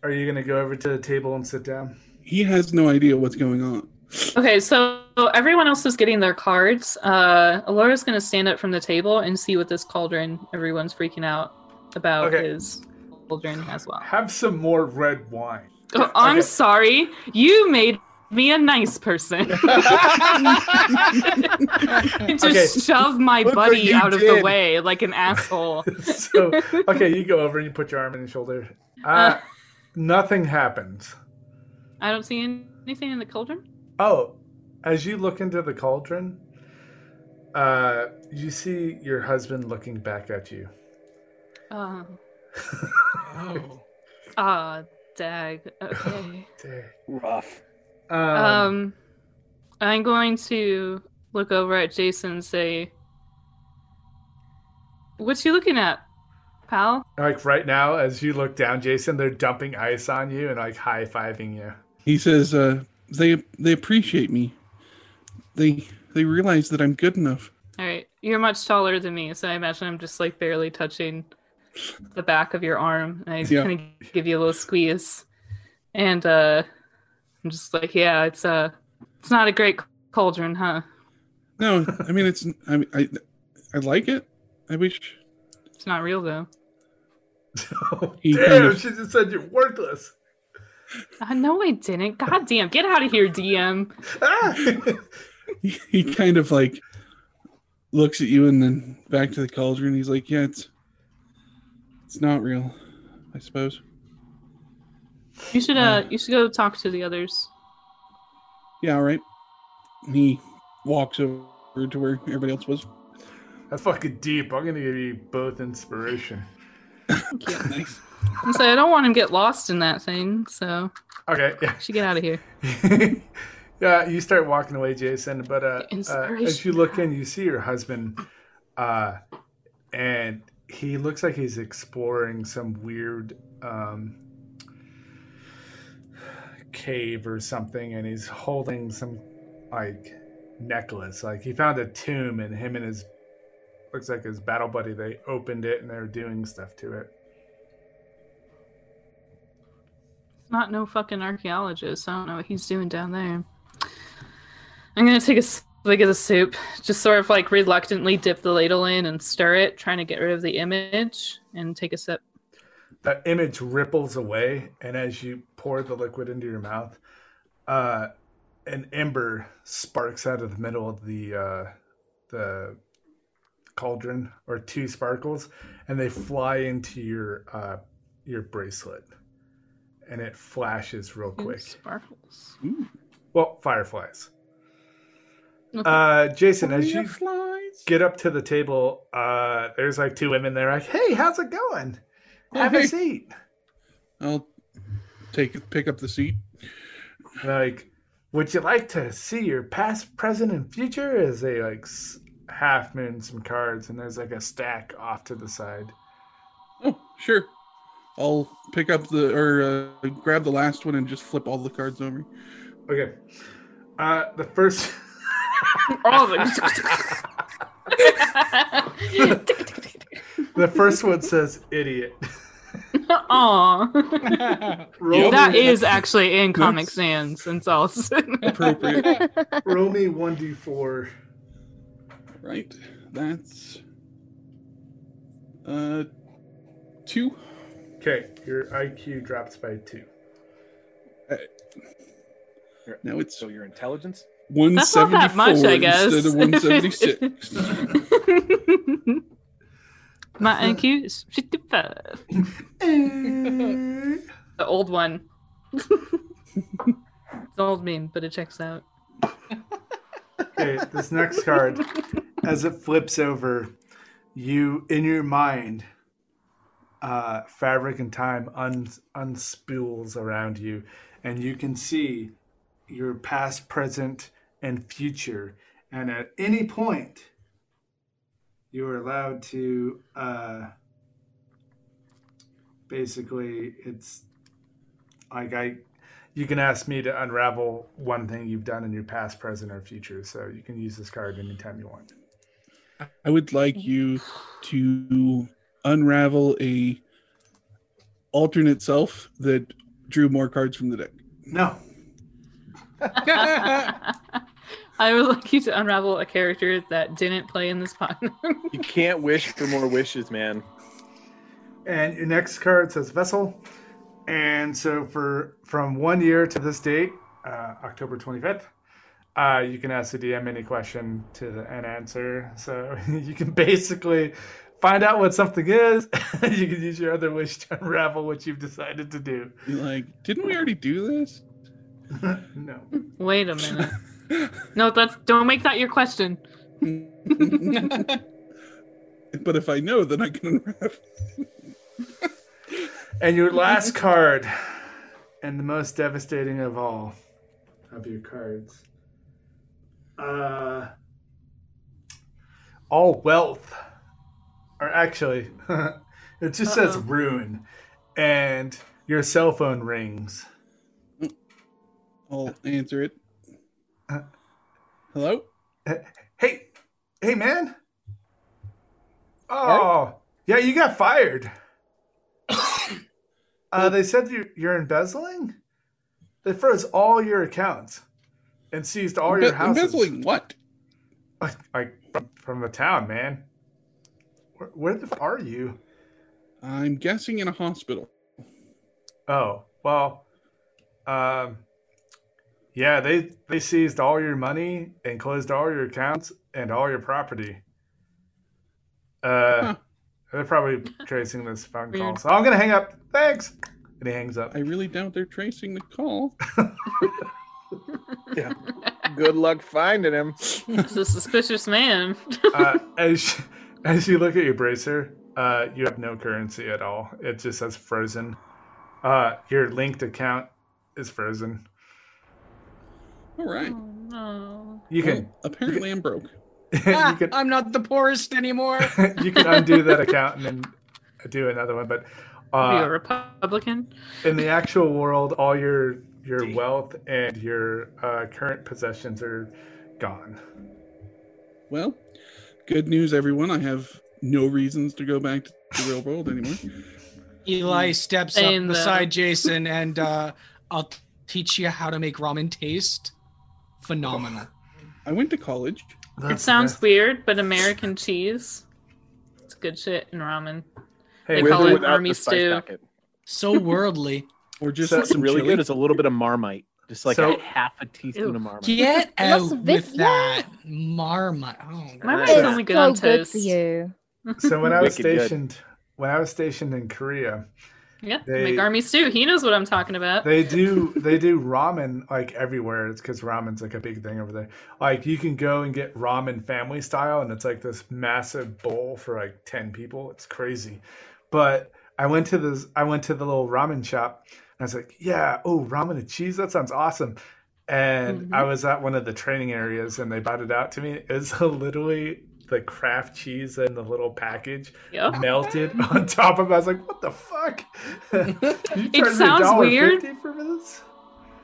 S1: are you gonna go over to the table and sit down?
S5: He has no idea what's going on.
S3: Okay, so everyone else is getting their cards. Uh, Alora's gonna stand up from the table and see what this cauldron everyone's freaking out about
S1: Okay.
S3: is cauldron as well.
S1: Have some more red wine.
S3: Oh, I'm
S1: Okay.
S3: sorry, you made me a nice person. Just
S1: Okay.
S3: shove my
S9: Look what
S3: buddy
S9: you
S3: out of the
S9: did.
S3: way like an asshole.
S1: so okay, you go over and you put your arm on his shoulder. Uh, nothing happens.
S3: I don't see anything in the cauldron.
S1: Oh, as you look into the cauldron, uh, you see your husband looking back at you.
S3: Uh,
S7: Oh.
S3: ah, dag. Okay.
S1: Dang.
S9: Rough.
S1: Um,
S3: Um, I'm going to look over at Jason and say, "What you looking at, pal?"
S1: like right now, as you look down, Jason, they're dumping ice on you and like high fiving you.
S5: He says, uh, "They they appreciate me. They they realize that I'm good enough."
S3: All right, you're much taller than me, so I imagine I'm just like barely touching the back of your arm, and I
S5: Yeah.
S3: kind of give you a little squeeze, and uh, I'm just like, "Yeah, it's uh, it's not a great cauldron, huh?"
S5: No, I mean it's I mean, I I like it. I wish
S3: It's not real though.
S5: He
S1: Damn,
S5: kind of-
S1: she just said you're worthless.
S3: I know Uh, I didn't. God damn, get out of here, DM.
S1: Ah!
S5: he, he kind of like looks at you and then back to the cauldron. He's like, "Yeah, it's it's not real, I suppose."
S3: You should uh, you should go talk to the others.
S5: Yeah, all right. And he walks over to where everybody else was.
S1: That's fucking deep. I'm gonna give you both inspiration.
S5: Nice.
S3: And so I don't want him to get lost in that thing, so
S1: Okay, yeah.
S3: we should get out of here.
S1: yeah, you start walking away, Jason. But uh, uh,
S3: Inspiration.
S1: as you look in, you see your husband, uh, and he looks like he's exploring some weird um, cave or something, and he's holding some like necklace. Like he found a tomb, and him and his looks like his battle buddy. They opened it and they're doing stuff to it.
S3: It's not no fucking archaeologist. I don't know what he's doing down there. I'm gonna take a s- Like of the soup, just sort of like reluctantly dip the ladle in and stir it, trying to get rid of the image and take a sip.
S1: that image ripples away, and as you pour the liquid into your mouth, uh, an ember sparks out of the middle of the uh, the cauldron, or two sparkles, and they fly into your uh, your bracelet, and it flashes real
S3: Ooh,
S1: quick.
S3: Sparkles.
S1: Well, fireflies.
S3: Okay.
S1: Uh, Jason, as you
S5: Fireflies.
S1: get up to the table, uh, there's like two women there, like, "Hey, how's it going? Have
S5: Hey.
S1: a seat."
S5: I'll take pick up the seat.
S1: like would you like to see your past present and future as they like s- half moon some cards and there's like a stack off to the side
S5: Oh, sure. I'll pick up the or uh, grab the last one and just flip all the cards over.
S1: okay uh the first
S3: All of it.
S1: the first one says idiot
S3: Aw.
S1: roll,
S3: That
S1: me,
S3: is actually in Comic Sans and Sans.
S5: Appropriate,
S1: roll me 1d4
S5: right? That's uh two.
S1: okay your iq drops by two
S5: Now it's
S9: So your intelligence?
S5: one
S3: That's not
S5: seventy
S3: that
S5: four
S3: much, I guess.
S5: instead of one seventy six.
S3: My IQ is 55. The old one. it's an old meme, but it checks out.
S1: Okay, this next card, as it flips over, you in your mind, uh, fabric and time un- unspools around you, and you can see your past, present, and future. And at any point, you are allowed to uh, basically, it's like I you can ask me to unravel one thing you've done in your past, present, or future. So you can use this card anytime you want.
S5: I would like you to unravel a alternate self that drew more cards from the deck.
S1: No.
S3: I would like you to unravel a character that didn't play in this pod.
S9: You can't wish for more wishes, man.
S1: And your next card says vessel. And so for from one year to this date, uh, October 25th, uh, you can ask the DM any question to the, an answer. So you can basically find out what something is. you can use your other wish to unravel what you've decided to do.
S5: You're like, didn't we already do this?
S1: no.
S3: Wait a minute. No, that's don't make that your question.
S5: but if I know, then I can unravel.
S1: And your last card, and the most devastating of all of your cards. Uh, all wealth, or actually, it just says
S3: Uh-oh.
S1: ruin, and your cell phone rings.
S5: I'll answer it. Hello?
S1: Hey, hey, man. Oh, yeah, you got fired. uh, they said you, you're embezzling. They froze all your accounts and seized all your
S5: Embe-
S1: houses.
S5: Embezzling what?
S1: Like, like from- from the town, man. Where, where the f- are you?
S5: I'm guessing in a hospital.
S1: Oh, well, um, yeah, they they seized all your money and closed all your accounts and all your property. Uh,
S5: Huh.
S1: they're probably tracing this phone call,
S3: Weird.
S1: so I'm gonna hang up. Thanks, and he hangs up.
S5: I really doubt they're tracing the call.
S9: Good luck finding him.
S3: It's a suspicious man.
S1: uh, as as you look at your bracer, uh, you have no currency at all. It just says frozen. Uh, your linked account is frozen.
S5: All right.
S3: Oh, no.
S1: You can
S5: Well, apparently, I'm broke.
S1: you can
S7: I'm not the poorest anymore.
S1: you can undo that account and then do another one. But
S3: Are you a
S1: uh,
S3: Republican?
S1: in the actual world, all your your wealth and your uh, current possessions are gone.
S5: Well, good news, everyone. I have no reasons to go back to the real world anymore.
S7: Eli steps
S3: Saying
S7: up
S3: that.
S7: beside Jason and uh, I'll teach you how to make ramen taste phenomenal.
S5: I went to college.
S3: it sounds weird, but American cheese, it's good shit in ramen.
S1: Hey,
S3: They
S1: with
S3: call
S1: or
S3: it
S1: without
S3: army
S1: the spice
S3: stew.
S1: packet?
S7: So worldly.
S5: Or just
S1: So-
S5: with
S1: That's
S5: some
S4: really
S5: chili.
S4: good. It's a little bit of marmite, just like
S1: So-
S4: a half a teaspoon
S3: Ew.
S4: of marmite.
S7: Get
S2: Los
S7: out
S2: Vit-
S7: with that marmite. Oh,
S3: My
S4: Uh,
S3: mind's
S1: it's
S3: only
S2: so
S3: good on
S2: good
S3: toast.
S2: for you.
S1: So when I was
S4: Wicked good.
S1: stationed, when I was stationed in Korea,
S3: Yeah,
S1: They-
S3: make army stew. He knows what I'm talking about.
S1: they do they do ramen like everywhere. It's because ramen's like a big thing over there. Like you can go and get ramen family style, and it's like this massive bowl for like ten people. It's crazy. But I went to this. I went to the little ramen shop. And I was like, yeah, oh ramen and cheese. That sounds awesome. And I was at one of the training areas, and they brought it out to me. It was literally the craft cheese in the little package
S3: Yep.
S1: melted on top of it. I was like, what the fuck? You charge me
S3: sounds
S1: $1.50
S3: weird.
S1: For this?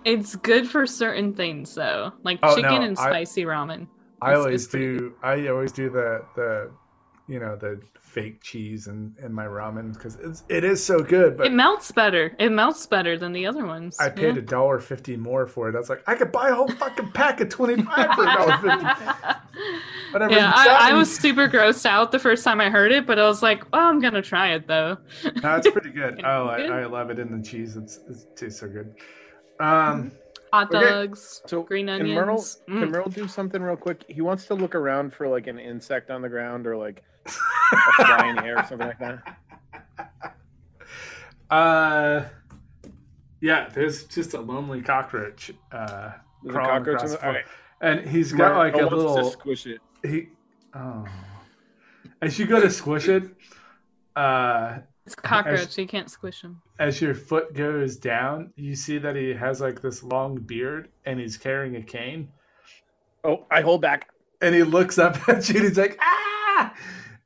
S3: It's good for certain things though, like
S1: Oh,
S3: chicken
S1: no,
S3: and
S1: I-
S3: spicy ramen.
S1: I
S3: It's-
S1: always
S3: it's pretty
S1: do. I always do the the, you know, the fake cheese and in, in my ramen because it's it is so good. But
S3: it melts better. It melts better than the other ones.
S1: I paid a dollar fifty more for it. I was like, I could buy a whole fucking pack of twenty five for a dollar fifty. Whatever
S3: Yeah,
S1: you got
S3: I, I
S1: me.
S3: was super grossed out the first time I heard it, but I was like, "Well, I'm gonna try it though."
S1: No, it's pretty good.
S3: It's
S1: Oh, I,
S3: good.
S1: I love it in the cheese. It's, it tastes so good. Um,
S3: Hot
S1: Okay.
S3: dogs,
S9: So
S3: green
S9: can Merle,
S3: onions.
S9: can
S3: Mm.
S9: Merle do something real quick? He wants to look around for like an insect on the ground or like a fly in the air or something like that.
S1: uh, yeah, there's just a lonely cockroach. Uh,
S9: There's a
S1: crawling
S9: cockroach
S1: across
S9: on the-
S1: the floor.
S9: okay.
S1: and he's got like a
S9: Merle wants
S1: little
S9: to squish it.
S1: he oh as you go to squish it uh
S3: It's a cockroach. You can't squish them.
S1: as your foot goes down you see that he has like this long beard and he's carrying a cane
S9: Oh, I hold back.
S1: and he looks up at you and he's like ah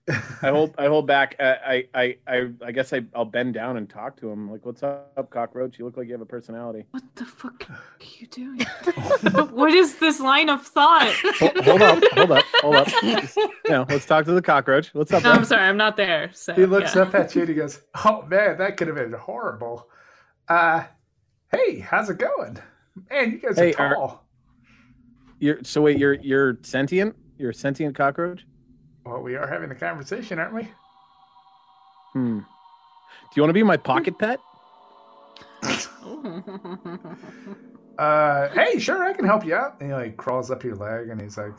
S9: I hold. I hold back. Uh, I. I. I. I, I guess I, I'll bend down and talk to him. Like, what's up, cockroach? You look like you have a personality.
S3: What the fuck are you doing? what is this line of thought?
S9: Hold, hold up. Hold up. Hold up. No, let's talk to the cockroach. What's up?
S3: No,
S9: man?
S3: I'm sorry, I'm not there. So
S1: he looks
S3: yeah.
S1: up at you and he goes oh man that could have been horrible uh hey how's it going man you guys
S9: Hey,
S1: are
S9: are-
S1: tall
S9: You're. So wait. You're. You're sentient. You're a sentient cockroach.
S1: well we are having a conversation aren't we
S9: Hmm. Do you want to be my pocket pet?
S1: uh, hey, sure, I can help you out. And he like crawls up your leg and he's like,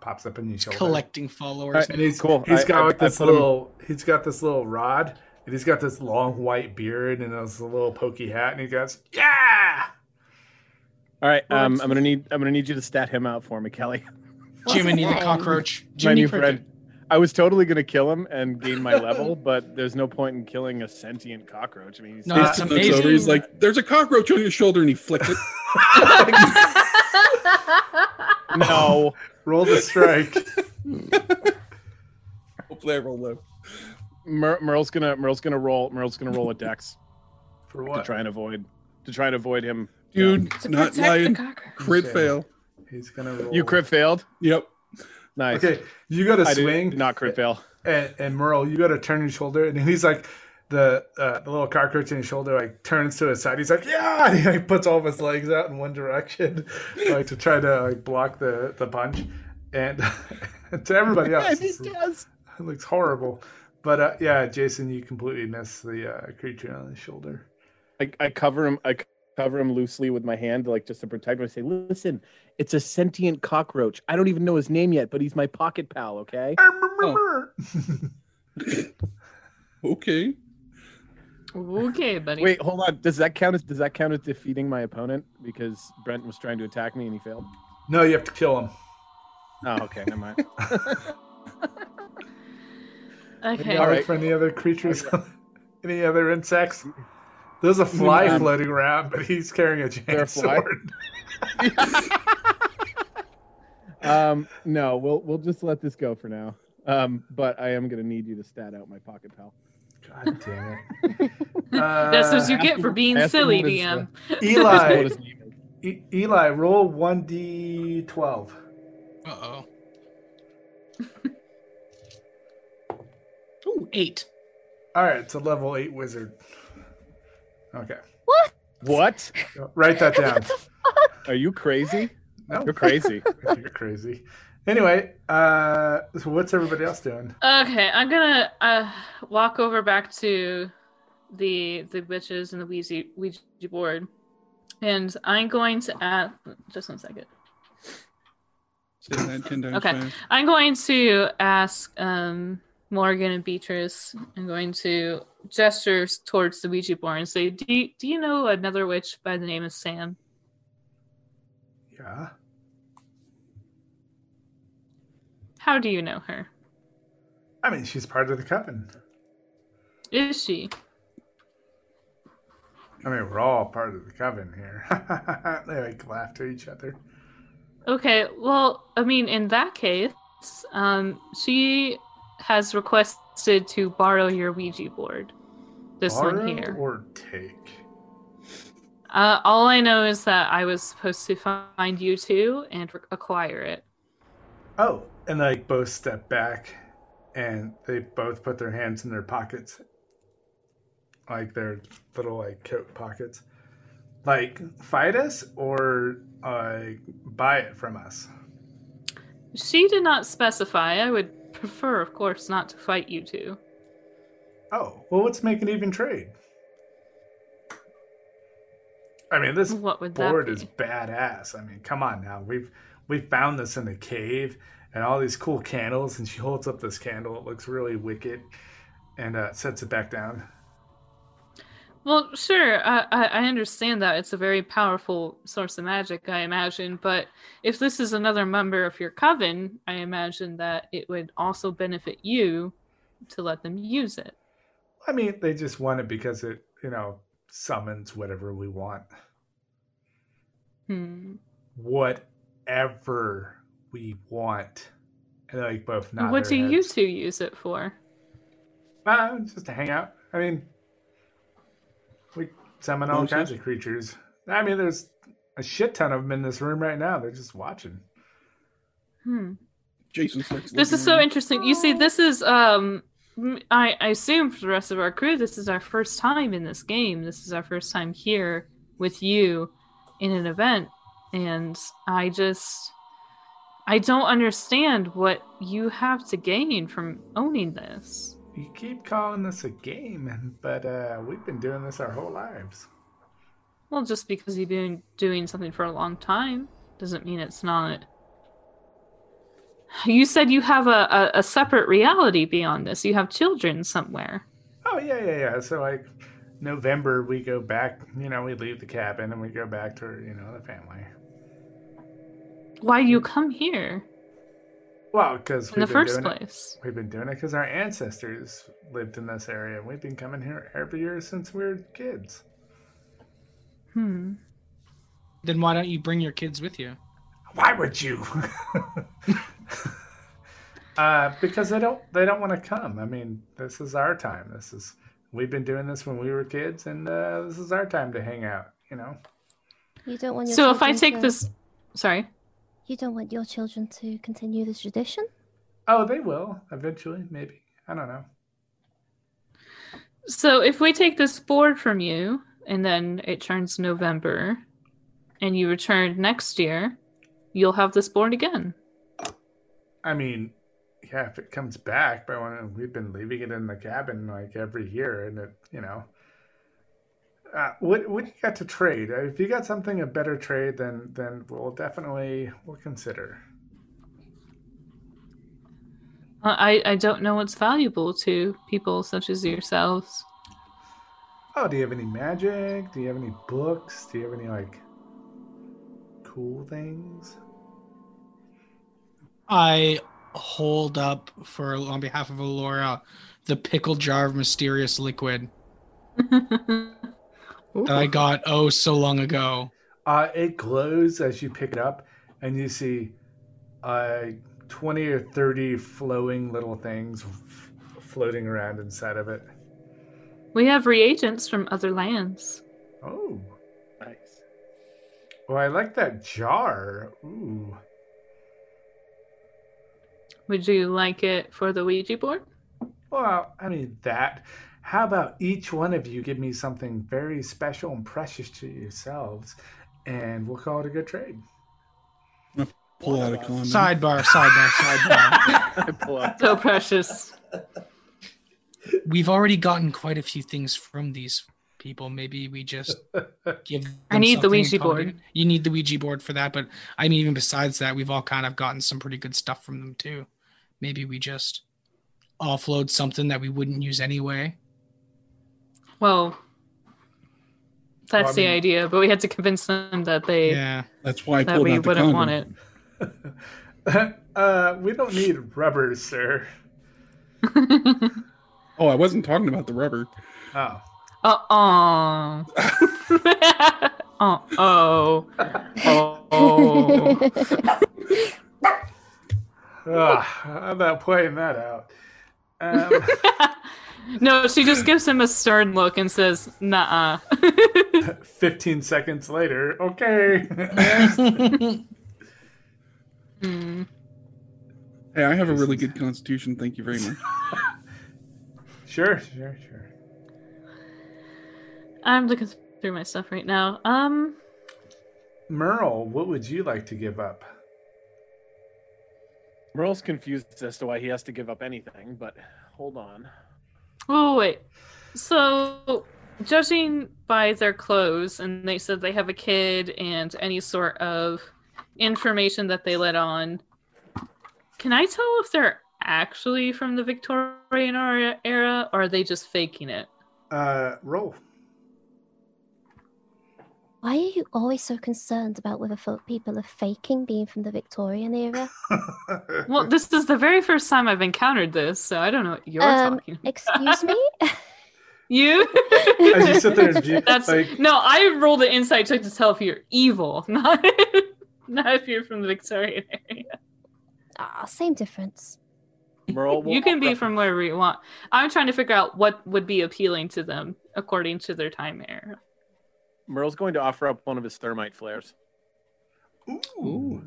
S1: pops up in your shoulder.
S7: collecting
S9: All
S7: followers.
S9: right.
S1: And he's
S9: Cool.
S1: He's
S9: I-
S1: got
S9: I-
S1: like
S9: I
S1: this
S9: put him-
S1: little. He's got this little rod, and he's got this long white beard and this little pokey hat, and he goes, "Yeah."
S9: All right.
S3: Well,
S9: Um.
S3: it's-
S9: I'm gonna need. I'm gonna need you to stat him out for me, Kelly.
S2: What's
S7: Jiminy
S2: his
S7: the
S2: name?
S7: cockroach.
S9: my
S7: Jiminy
S9: new
S7: Cricket.
S9: friend. I was totally gonna kill him and gain my level, but there's no point in killing a sentient cockroach. I mean, he's
S7: No,
S5: His
S7: that's
S5: team looks over. He's
S7: amazing.
S5: like, "There's a cockroach on your shoulder," and he flicked it.
S9: no.
S1: Roll the strike.
S5: Hopefully, I roll low.
S9: Mer- Merle's gonna Merle's gonna roll Merle's gonna roll a dex
S1: For
S9: to
S1: what?
S9: try and avoid to try and avoid him.
S5: Dude,
S3: To
S5: not
S3: protect the
S5: lying.
S3: cockroach.
S5: Crit
S1: Okay.
S5: fail.
S1: He's gonna roll.
S9: You crit failed.
S5: Yep.
S9: Nice.
S1: Okay, you got to
S9: I did-
S1: swing.
S9: did not crit fail.
S1: and, and Merle, you got to turn your shoulder, and he's like, the uh, the little cockroach in his shoulder like turns to his side. He's like, yeah, and he like puts all of his legs out in one direction, like to try to like block the the punch, and to everybody else,
S9: he
S1: it
S9: does.
S1: looks horrible. But uh, yeah, Jason, you completely miss the uh, creature on his shoulder.
S9: I, I cover him. I c- cover him loosely with my hand, like just to protect him. I say, "Listen, it's a sentient cockroach. I don't even know his name yet, but he's my pocket pal. Okay."
S5: Okay.
S3: Okay, buddy.
S9: Wait, hold on. Does that count as does that count as defeating my opponent because Brent was trying to attack me and he failed?
S1: no, you have to kill him.
S9: Oh, okay, never mind.
S3: Okay.
S1: All
S9: All
S1: right,
S9: right.
S1: for any other creatures, any other insects. There's a fly
S5: Um,
S1: floating around, but he's carrying a
S9: there a
S1: giant
S9: fly?
S1: sword.
S9: um, no, we'll we'll just let this go for now. Um, but I am gonna need you to stat out my pocket pal.
S1: God damn it. Uh,
S3: That's what you
S9: ask
S3: get
S9: him-
S3: for being
S9: ask him
S3: silly,
S9: what his, uh,
S3: DM.
S9: Ask him what
S1: Eli,
S9: his name is.
S1: E- Eli, roll 1d12.
S7: Uh oh. Ooh, eight.
S1: All right, it's a level 8 wizard. Okay,
S2: What?
S9: What?
S1: write that down.
S2: What the
S9: Are you crazy?
S1: No.
S4: You're crazy.
S1: You're crazy. Anyway, uh, so what's everybody else doing?
S3: Okay, I'm gonna uh, walk over back to the the witches and the Ouija, Ouija board, and I'm going to add just one second.
S5: Say that 10 times
S3: Okay.
S5: fast.
S3: I'm going to ask um, Morgan and Beatrice. I'm going to gesture towards the Ouija board and say, "Do you, do you know another witch by the name of Sam?"
S1: Yeah.
S3: How do you know her?
S1: I mean, she's part of the coven.
S3: Is she?
S1: I mean, we're all part of the coven here. they like laugh to each other.
S3: Okay, well, I mean, in that case, um, she has requested to borrow your Ouija board. This
S1: Borrow
S3: one here.
S1: Or take.
S3: Uh, all I know is that I was supposed to find you two and re- acquire it.
S1: Oh, and they like, both step back, and they both put their hands in their pockets, like their little like coat pockets, like fight us or uh, buy it from us.
S3: She did not specify. I would prefer, of course, not to fight you two.
S1: Oh, well, let's make an even trade. I mean, this
S3: What would that
S1: board
S3: be?
S1: is badass. I mean, come on now. We've we found this in a cave and all these cool candles, and she holds up this candle. It looks really wicked, and uh, sets it back down.
S3: Well, sure, I, I, I understand that it's a very powerful source of magic, I imagine. But if this is another member of your coven, I imagine that it would also benefit you to let them use it.
S1: I mean, they just want it because it, you know, summons whatever we want,
S3: Hmm.
S1: whatever we want. And they like both nod.
S3: what do
S1: their
S3: you
S1: heads.
S3: two use it for?
S1: Ah, just to hang out. I mean, we summon all kinds of creatures. I mean, there's a shit ton of them in this room right now. They're just watching.
S3: Hmm.
S5: Jason starts.
S3: This is
S5: looking
S3: so
S5: around.
S3: interesting. You see, this is um, m- I, I assume for the rest of our crew, this is our first time in this game. This is our first time here with you in an event, and I just, I don't understand what you have to gain from owning this.
S1: You keep calling this a game, but uh, we've been doing this our whole lives.
S3: Well, just because you've been doing something for a long time doesn't mean it's not. You said you have a, a, a separate reality beyond this. You have children somewhere.
S1: Oh yeah, yeah, yeah. So like November, we go back. You know, we leave the cabin and we go back to you know the family.
S3: Why do you come here?
S1: Well, because
S3: in the first place.
S1: We've been doing it because our ancestors lived in this area, and we've been coming here every year since we were kids.
S3: Hmm.
S7: Then why don't you bring your kids with you?
S1: Why would you? uh, because they don't they don't want to come. I mean, this is our time. This is we've been doing this when we were kids, and uh, this is our time to hang out. You know.
S2: You don't want your
S3: So if I
S2: children
S3: take
S2: to-
S3: this, sorry.
S2: You don't want your children to continue this tradition?
S1: Oh, they will eventually, maybe. I don't know.
S3: So if we take this board from you, and then it turns November, and you return next year, you'll have this board again.
S1: I mean, yeah, if it comes back, but when we've been leaving it in the cabin like every year, and it, you know, uh, what what you got to trade? Uh, If you got something a better trade, then then we'll definitely we'll consider.
S3: Uh, I I don't know what's valuable to people such as yourselves.
S1: Oh, do you have any magic? Do you have any books? Do you have any like cool things?
S7: I hold up for on behalf of Alora the pickle jar of mysterious liquid that I got oh so long ago.
S1: Uh, it glows as you pick it up, and you see uh, 20 or 30 flowing little things f- floating around inside of it.
S3: We have reagents from other lands.
S1: Oh,
S9: Nice.
S1: well, I like that jar. Ooh.
S3: Would you like it for the Ouija board?
S1: Well, I mean, that. How about each one of you give me something very special and precious to yourselves, and we'll call it a good trade?
S5: Pull out a condom.
S7: Sidebar, sidebar, sidebar.
S9: I pull out.
S3: So precious.
S7: We've already gotten quite a few things from these people. Maybe we just give. Them
S3: I need the
S7: something
S3: Ouija
S7: accommodating.
S3: board.
S7: You need the Ouija board for that, but I mean, even besides that, we've all kind of gotten some pretty good stuff from them too. Maybe we just offload something that we wouldn't use anyway.
S3: Well, that's
S1: Well, I
S3: the
S1: mean-
S3: idea, but we had to convince them that they
S7: Yeah,
S5: That's why I
S3: that
S5: pulled
S3: we
S5: out the
S3: wouldn't
S5: condom.
S3: want it.
S1: uh, we don't need rubber, sir.
S5: Oh, I wasn't talking about the rubber.
S1: Oh,
S3: Uh oh. uh oh. Oh.
S1: Ugh, Ah, how about pointing that out? Um,
S3: no, she just gives him a stern look and says, "Nah."
S1: 15 seconds later, okay. next.
S3: Hmm.
S5: Hey, I have a really good constitution. Thank you very much.
S1: sure, sure, sure.
S3: I'm looking through my stuff right now. Um,
S1: Merle, what would you like to give up?
S9: Merle's confused as to why he has to give up anything, but hold on.
S3: oh wait. So, judging by their clothes, and they said they have a kid and any sort of information that they let on. Can I tell if they're actually from the Victorian era, era or are they just faking it?
S1: Uh, roll.
S2: Why are you always so concerned about whether folk people are faking being from the Victorian era?
S3: Well, this is the very first time I've encountered this, so I don't know what you're
S2: Um,
S3: talking. about.
S2: Excuse me?
S3: You?
S1: As you sit there and view,
S3: That's
S1: like,
S3: no. I rolled an insight check to tell if you're evil, not not if you're from the Victorian area.
S2: Ah, same difference.
S9: Merle, will
S3: you can be
S9: offer-
S3: from wherever you want. I'm trying to figure out what would be appealing to them according to their time era.
S9: Merle's going to offer up one of his thermite flares.
S1: ooh.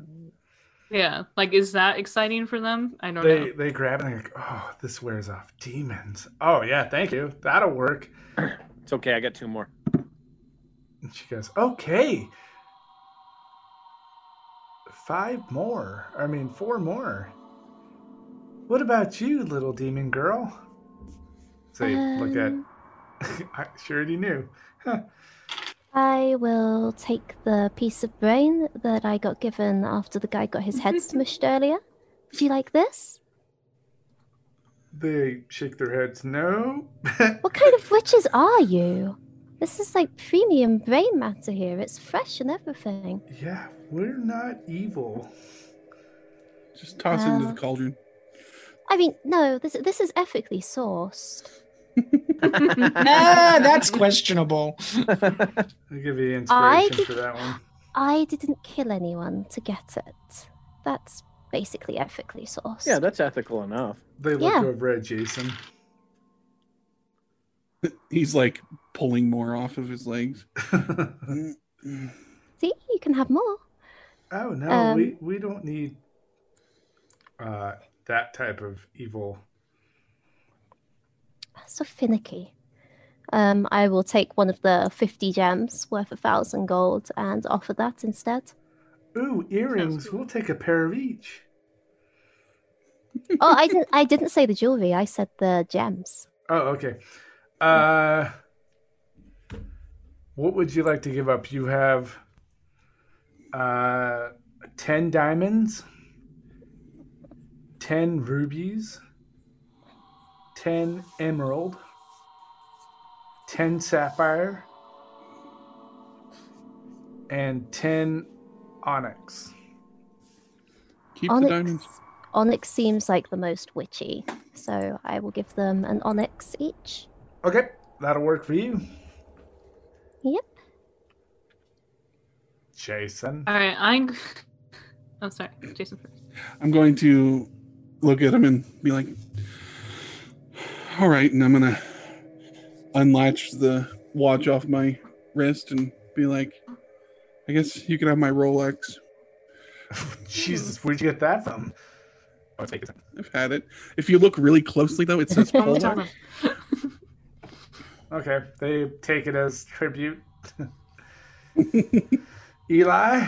S3: Yeah, like is that exciting for them? I don't
S1: They
S3: know.
S1: they grab it and they're like, oh, this wears off demons. Oh yeah, thank you. That'll work.
S9: It's okay. I got two more.
S1: And she goes, okay. Five more. I mean, four more. What about you, little demon girl? So you look at.
S2: Um,
S1: I sure already knew.
S2: I will take the piece of brain that I got given after the guy got his head smushed earlier. Do you like this?
S1: They shake their heads. No.
S2: What kind of witches are you? This is like premium brain matter here. It's fresh and everything.
S1: yeah, we're not evil.
S5: Just toss it into
S2: Uh,
S5: the cauldron.
S2: I mean, no, this this is ethically sourced.
S7: nah, that's questionable.
S1: I'll give you
S2: I
S1: inspiration
S2: did-
S1: for that one.
S2: I didn't kill anyone to get it. That's basically ethically sourced.
S9: Yeah, that's ethical enough.
S1: They look
S2: Yeah.
S1: over at Jason.
S5: He's like pulling more off of his legs. Mm, mm.
S2: See, you can have more.
S1: Oh no,
S2: Um,
S1: we we don't need uh, that type of evil.
S2: So finicky. Um, I will take one of the fifty gems worth a thousand gold and offer that instead.
S1: Ooh, earrings. We'll take a pair of each.
S2: oh, I didn't. I didn't say the jewelry. I said the gems.
S1: Oh, okay. Uh, what would you like to give up? You have uh, ten diamonds, ten rubies, ten emerald, ten sapphire, and ten onyx.
S5: Keep the
S2: Onyx.
S5: diamonds.
S2: Onyx seems like the most witchy, so I will give them an onyx each.
S1: Okay, that'll work for you.
S2: Yep.
S1: Jason.
S3: All right, I'm. I'm sorry, Jason. First.
S5: I'm going to look at him and be like, all right. And I'm going to unlatch the watch off my wrist and be like, I guess you can have my Rolex.
S1: Jesus, where'd you get that from? Oh, take it.
S5: I've had it. If you look really closely, though, it says Polar.
S1: Okay, they take it as tribute. Eli?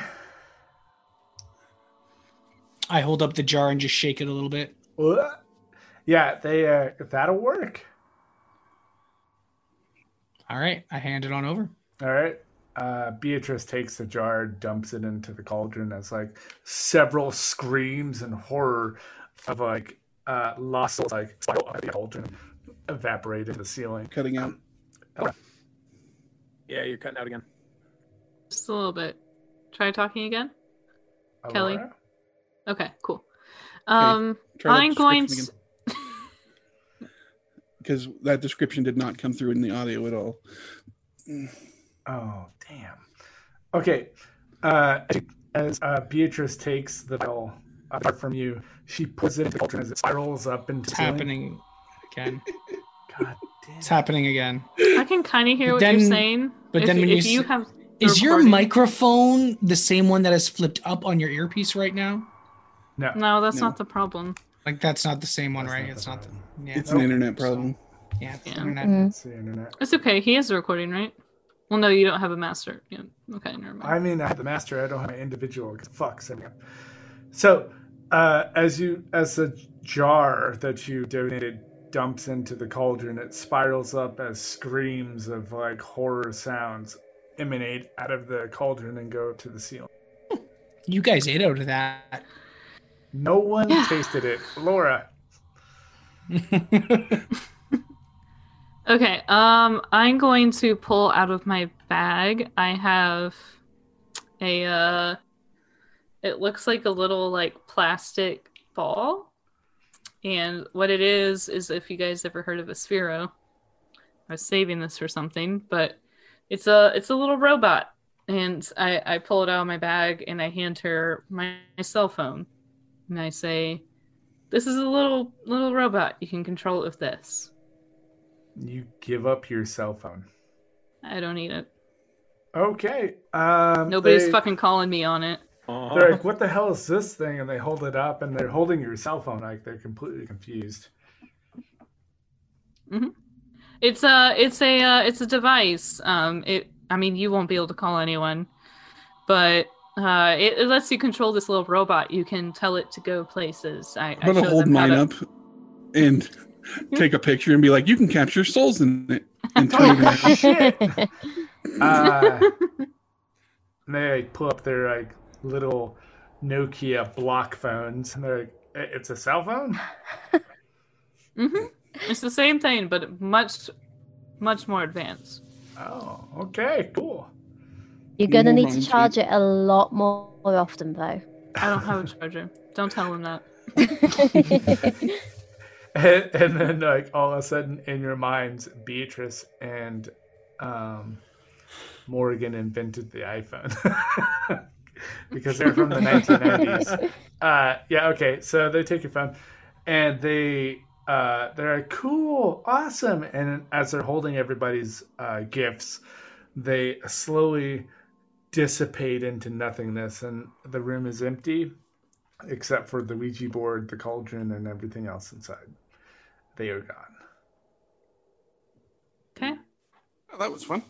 S7: I hold up the jar and just shake it a little bit.
S1: Ugh. Yeah, they uh, that'll work.
S7: All right, I hand it on over.
S1: All right. Uh, Beatrice takes the jar, dumps it into the cauldron. As like several screams and horror of like uh, Lassel's like spiral out of the cauldron, evaporate into the ceiling.
S5: Cutting out.
S9: Yeah, you're cutting out again.
S3: Just a little bit. Try talking again. Kelly?
S1: Aurora?
S3: Okay, cool. Um,
S5: Try that
S3: I'm going
S5: description
S3: to.
S5: again. because that description did not come through in the audio at all.
S1: Oh damn. Okay. Uh, as uh, Beatrice takes the bell apart from you, she puts it into the cauldron as it spirals up into
S7: It's
S1: the ceiling.
S7: happening again.
S1: God damn.
S7: It's happening again.
S3: I can kind of hear
S7: But
S3: what
S7: then-
S3: you're saying.
S7: but
S3: if,
S7: then when you
S3: if you,
S7: s-
S3: have. the
S7: Is your
S3: recording-
S7: microphone the same one that is flipped up on your earpiece right now?
S1: No.
S3: No, that's
S5: No.
S3: not the problem.
S7: Like that's not the same one,
S1: That's
S7: right?
S1: not
S7: it's
S1: the
S7: not. The,
S1: right
S7: yeah,
S5: It's an internet problem.
S7: yeah, it's
S3: Yeah.
S7: internet.
S2: Mm.
S1: It's the internet.
S3: It's okay. He has the recording, right? Well, no, you don't have a master. Yeah. Okay, never mind.
S1: I mean, I have the master. I don't have my individual. Fuck, everyone. So, uh, as you as the jar that you donated dumps into the cauldron, it spirals up as screams of like horror sounds emanate out of the cauldron and go to the ceiling.
S7: You guys ate out of that.
S1: No one
S3: Yeah.
S1: tasted it. Laura,
S3: Okay, um, I'm going to pull out of my bag. I have a, uh, it looks like a little like plastic ball. And what it is, is if you guys ever heard of a Sphero, I was saving this for something, but it's a, it's a little robot. And I, I pull it out of my bag and I hand her my, my cell phone. And I say, this is a little, little robot. You can control it with this.
S1: you give up your cell phone.
S3: I don't need it.
S1: Okay. Um,
S3: Nobody's
S1: they-
S3: fucking calling me on it.
S1: They're
S9: Uh-huh.
S1: like, what the hell is this thing? And they hold it up, and they're holding your cell phone. Like they're completely confused.
S3: It's a it's a uh, it's a device. Um, it I mean you won't be able to call anyone, but uh, it, it lets you control this little robot. You can tell it to go places. I, I
S5: I'm gonna
S3: showed
S5: hold
S3: them how
S5: mine
S3: to-
S5: up and take a picture and be like, "You can capture souls in it." And tweet it.
S1: Oh, shit. Uh, and they like pull up their like little Nokia block phones, and they're like, "I- "It's a cell phone."
S3: Mhm. It's the same thing, but much much more advanced.
S1: Oh, okay, cool.
S2: You're gonna
S5: More
S2: need to
S5: rounds,
S2: charge it a lot more often, though.
S3: I don't have a charger. Don't tell them that.
S1: And, and then like all of a sudden, in your minds, Beatrice and um, Morgan invented the iPhone because they're from the 1990s. uh yeah okay so they take your phone and they uh they're like cool awesome and as they're holding everybody's uh gifts they slowly dissipate into nothingness and the room is empty except for the ouija board the cauldron and everything else inside they are gone
S3: Okay.
S5: Oh, that was fun.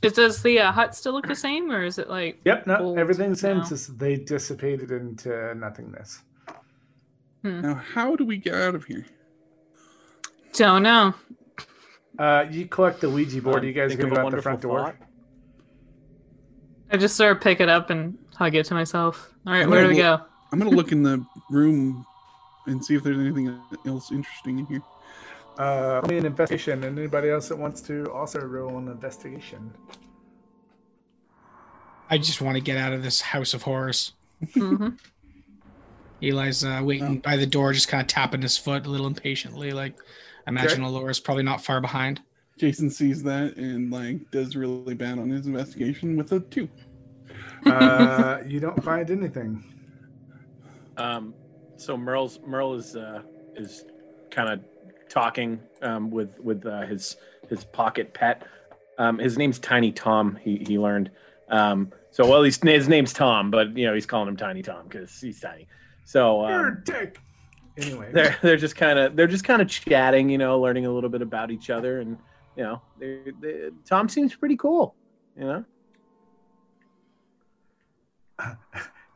S3: Is, does the uh, hut still look the same, or is it like?
S1: yep no
S3: Old
S1: everything's the same it's
S3: now.
S1: just they dissipated into nothingness
S5: Now, how do we get out of here?
S3: Don't know.
S1: uh you collect the ouija board
S9: Um,
S1: you guys
S9: think
S1: gonna
S9: of a
S1: go out the front
S9: wonderful
S1: door
S9: thought.
S3: I just sort of pick it up and hug it to myself. All right,
S5: I'm
S3: where do
S5: gonna
S3: we go?
S5: I'm gonna look in the room and see if there's anything else interesting in here.
S1: Uh, only an investigation, and anybody else that wants to also roll an investigation.
S7: I just want to get out of this house of horrors.
S3: hmm
S7: Eli's uh, waiting by the door, just kind of tapping his foot a little impatiently. Like, I imagine Alora's probably not far behind.
S5: Jason sees that and like does really bad on his investigation with a two.
S1: Uh, you don't find anything.
S9: Um, so Merle's Merle is uh, is kind of talking um, with with uh, his his pocket pet. Um, his name's Tiny Tom. He he learned. Um, so well, he's, his name's Tom, but you know he's calling him Tiny Tom because he's tiny. So
S1: You're
S9: um,
S1: a dick. Anyway,
S9: they're they're just kind of they're just kind of chatting, you know, learning a little bit about each other, and you know, they they, Tom seems pretty cool, you know.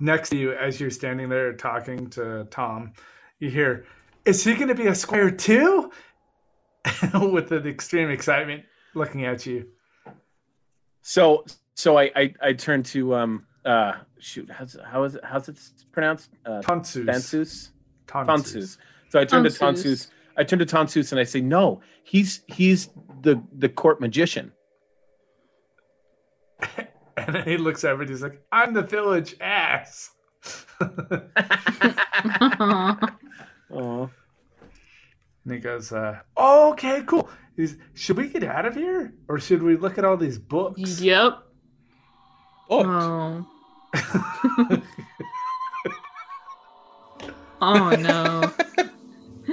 S1: next to you as you're standing there talking to Tom. You hear, "Is he going to be a squire too?" With an extreme excitement, looking at you.
S9: So so I I, I turn to um uh shoot how's how is it how's it pronounced uh,
S1: Tonsus.
S9: Tansus
S1: Tonsus.
S9: Tonsus. So I turn to
S3: Tonsus.
S9: Tonsus. I turn to Tonsus and I say, "No, he's he's the the court magician."
S1: And he looks over and he's like, "I'm the village ass."
S9: Oh,
S1: And he goes, uh, oh, okay, cool. He's, should we get out of here? Or should we look at all these books?
S3: yep.
S5: Books.
S3: Oh. oh no.